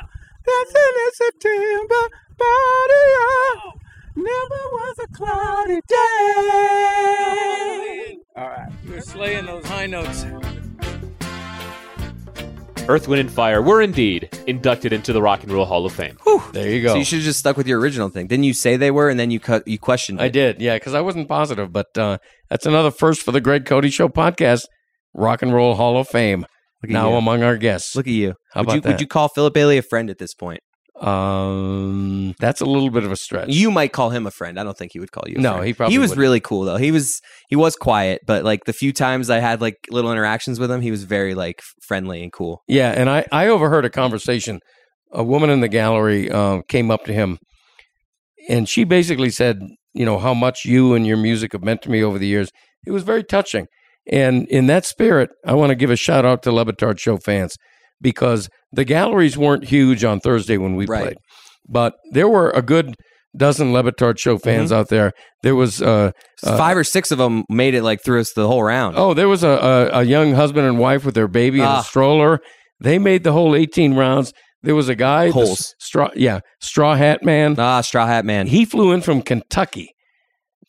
S1: up, that's in September. Body up, never was a cloudy day. All right.
S9: You're slaying those high notes.
S6: Earth, Wind, and Fire were indeed inducted into the Rock and Roll Hall of Fame.
S5: There you go.
S4: So you should have just stuck with your original thing. Didn't you say they were, and then you cut you questioned.
S5: I
S4: it.
S5: did, yeah, because I wasn't positive, but uh, that's another first for the Greg Cody Show podcast, Rock and Roll Hall of Fame.
S4: Look at
S5: Now
S4: you.
S5: among our guests.
S4: Look at you.
S5: How
S4: would
S5: about
S4: you
S5: that?
S4: would you call Philip Bailey a friend at this point?
S5: um, that's a little bit of a stretch.
S4: You might call him a friend. I don't think he would call you. A
S5: No,
S4: friend.
S5: he probably
S4: he was
S5: wouldn't.
S4: really cool though. He was he was quiet, but like the few times I had like little interactions with him, he was very like friendly and cool.
S5: Yeah, and I, I overheard a conversation. A woman in the gallery uh, came up to him, and she basically said, "You know how much you and your music have meant to me over the years." It was very touching, and in that spirit, I want to give a shout out to Levitard Show fans because the galleries weren't huge on Thursday when we
S4: Right.
S5: played, but there were a good dozen Levitard Show fans out there. There was uh, Uh,
S4: Five or six of them made it like through us the whole round.
S5: Oh, there was a, a, a young husband and wife with their baby in
S4: Ah.
S5: a stroller. They made the whole 18 rounds. There was a guy, the
S4: Holes.
S5: s- straw, yeah, straw hat man.
S4: Ah, Straw Hat Man.
S5: He flew in from Kentucky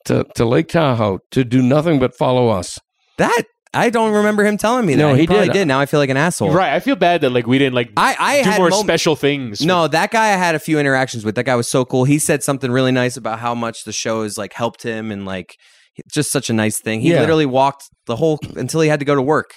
S5: to, to Lake Tahoe to do nothing but follow us.
S4: that I don't remember him telling me that.
S5: No, he
S4: probably
S5: did.
S4: Now I feel like an asshole.
S6: Right, I feel bad that like we didn't like
S4: I I
S6: do
S4: had
S6: more
S4: mom-
S6: special things.
S4: No, that guy I had a few interactions with. That guy was so cool. He said something really nice about how much the show has like helped him and like just such a nice thing. He
S5: Yeah.
S4: literally walked the whole until he had to go to work.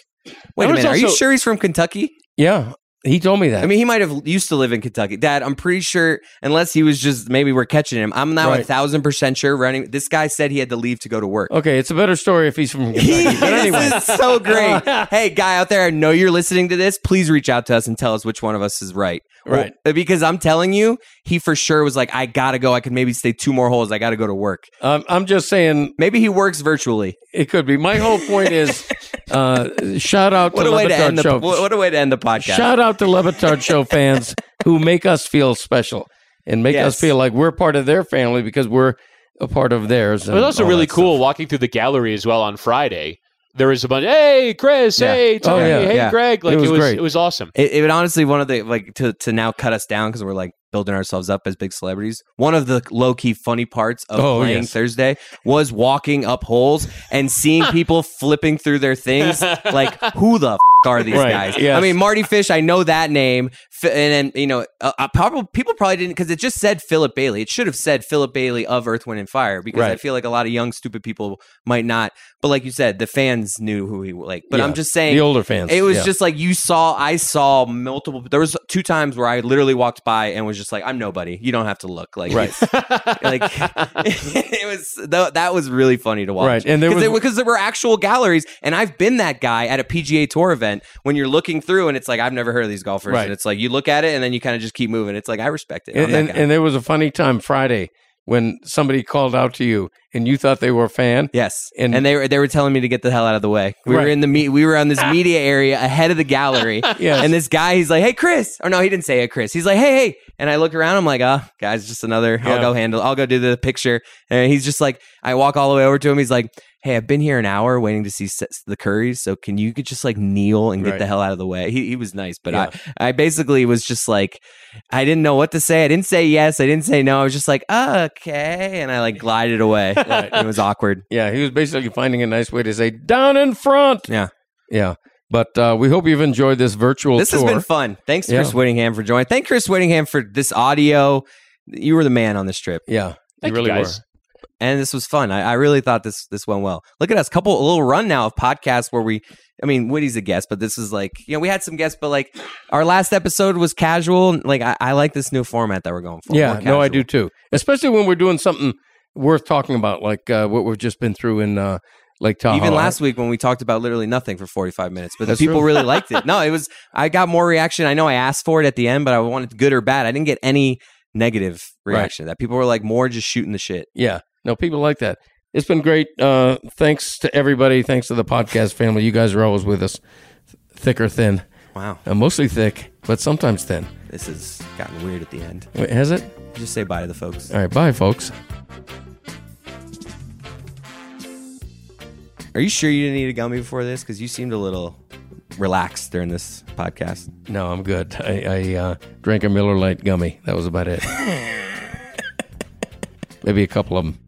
S4: Wait
S6: That
S4: a
S6: was
S4: minute, are you
S6: also-
S4: sure he's from Kentucky?
S5: Yeah.
S8: He told me that.
S4: I mean, he might have used to live in Kentucky. Dad, I'm pretty sure, unless he was just maybe we're catching him. I'm now a
S8: Right.
S4: thousand percent sure. Running, this guy said he had to leave to go to work.
S8: okay, it's a better story if he's from
S4: [LAUGHS] He,
S8: Kentucky. but anyway,
S4: This is so great. [LAUGHS] hey, guy out there, I know you're listening to this. Please reach out to us and tell us which one of us is right. Well, uh,
S8: Right.
S4: because I'm telling you, he for sure was like, I gotta go. I could maybe stay two more holes. I gotta go to work.
S8: um, I'm just saying
S4: Maybe he works virtually.
S8: it could be. My whole
S4: [LAUGHS]
S8: point is, uh, shout out
S4: What
S8: to
S4: a way to
S8: Levitard
S4: end the
S8: Show.
S4: what what a way to end the podcast.
S8: Shout out to Levitard
S4: [LAUGHS]
S8: Show fans who make us feel special and make us
S4: Yes.
S8: feel like we're part of their family because we're a part of theirs.
S6: It was also really cool walking through the gallery as well on Friday. There was a bunch. Hey, Chris.
S4: Yeah.
S6: Hey, Tony.
S8: yeah,
S6: hey,
S4: yeah.
S6: Greg. Like it was.
S8: was
S6: It was,
S8: great.
S6: awesome.
S4: It, it would honestly one of the like to to now cut us down because we're like building ourselves up as big celebrities. One of the low key funny parts of
S8: Oh,
S4: playing
S8: yes.
S4: Thursday was walking up holes and seeing people flipping through their things.
S8: [LAUGHS]
S4: Like who the f- are these
S8: Right,
S4: guys?
S8: yes.
S4: I mean Marty Fish. I know that name, F- and then you know uh, uh, probably people probably didn't because it just said Philip Bailey. It should have said Philip Bailey of Earth, Wind, and Fire because I
S8: Right.
S4: feel like a lot of young stupid people might not. But like you said, the fans knew who he like. But I'm
S8: Yeah,
S4: just saying
S8: The older fans.
S4: it was
S8: yeah.
S4: just like you saw. I saw multiple. There was two times where I literally walked by and was just like, "I'm nobody. You don't have to look." Like,
S8: Right.
S4: it's- like [LAUGHS] it was. tho- that was really funny to watch.
S8: Right, and there
S4: because
S8: was-
S4: there were actual galleries, and I've been that guy at a PGA Tour event when you're looking through, and it's like I've never heard of these golfers,
S8: Right.
S4: and it's like you look at it, and then you kind of just keep moving. It's like I respect it. I'm
S8: and,
S4: that
S8: and,
S4: guy.
S8: and there was a funny time Friday when somebody called out to you and you thought they were a fan.
S4: Yes, and,
S8: And-
S4: they were they were telling me to get the hell out of the way. We were
S8: Right.
S4: in the me- we were on this media area ahead of the
S8: [LAUGHS]
S4: gallery, and this guy he's like, "Hey, Chris!" Or no, he didn't say it, Chris. He's like, "Hey, hey!" And I look around, I'm like, "Ah, guys, just another. I'll
S8: Yeah.
S4: go handle. I'll go do the picture." And he's just like, I walk all the way over to him. He's like, "Hey, I've been here an hour waiting to see s- the Currys, so can you could just like kneel and get
S8: Right.
S4: the hell out of the way?" He he was nice, but I I basically was just like, I didn't know what to say. I didn't say yes. I didn't say no. I was just like, oh, "Okay," and I like glided away. It was awkward.
S8: Yeah, he was basically finding a nice way to say down in front.
S4: Yeah.
S8: Yeah. But uh, we hope you've enjoyed this virtual
S4: This
S8: tour.
S4: has been fun. Thanks, to
S8: Yeah.
S4: Chris Whittingham, for joining. Thank Chris Whittingham for this audio. You were the man on this trip,
S8: yeah.
S6: Thank you
S8: really
S6: guys.
S4: and this was fun. I, I really thought this this went well. Look at us, couple a little run now of podcasts where we. I mean, Woody's a guest, but this is like you know we had some guests, but like our last episode was casual. and, Like I, I like this new format that we're going for.
S8: yeah,
S4: More
S8: no, I
S4: casual.
S8: do too. Especially when we're doing something worth talking about, like uh, what we've just been through in uh, Lake Tahoe.
S4: Even last week when we talked about literally nothing for 45 minutes, but the
S8: That's
S4: people
S8: true. [LAUGHS]
S4: really liked it. No, it was, I got more reaction. I know I asked for it at the end, but I wanted good or bad. I didn't get any negative
S8: Right.
S4: reaction to that. People were like more just shooting the shit.
S8: Yeah. No, people like that. It's been great. Uh, thanks to everybody. Thanks to the podcast family. You guys are always with us, thick or thin.
S4: Wow.
S8: Uh, mostly thick, but sometimes thin.
S4: This has gotten weird at the end.
S8: Wait, has it?
S4: Just say bye to the folks.
S8: All right. Bye, folks.
S4: Are you sure you didn't eat a gummy before this? Because you seemed a little relaxed during this podcast.
S8: No, I'm good. I, I uh,
S4: [LAUGHS]
S8: drank a Miller Lite gummy. That was about it. Maybe a couple of them.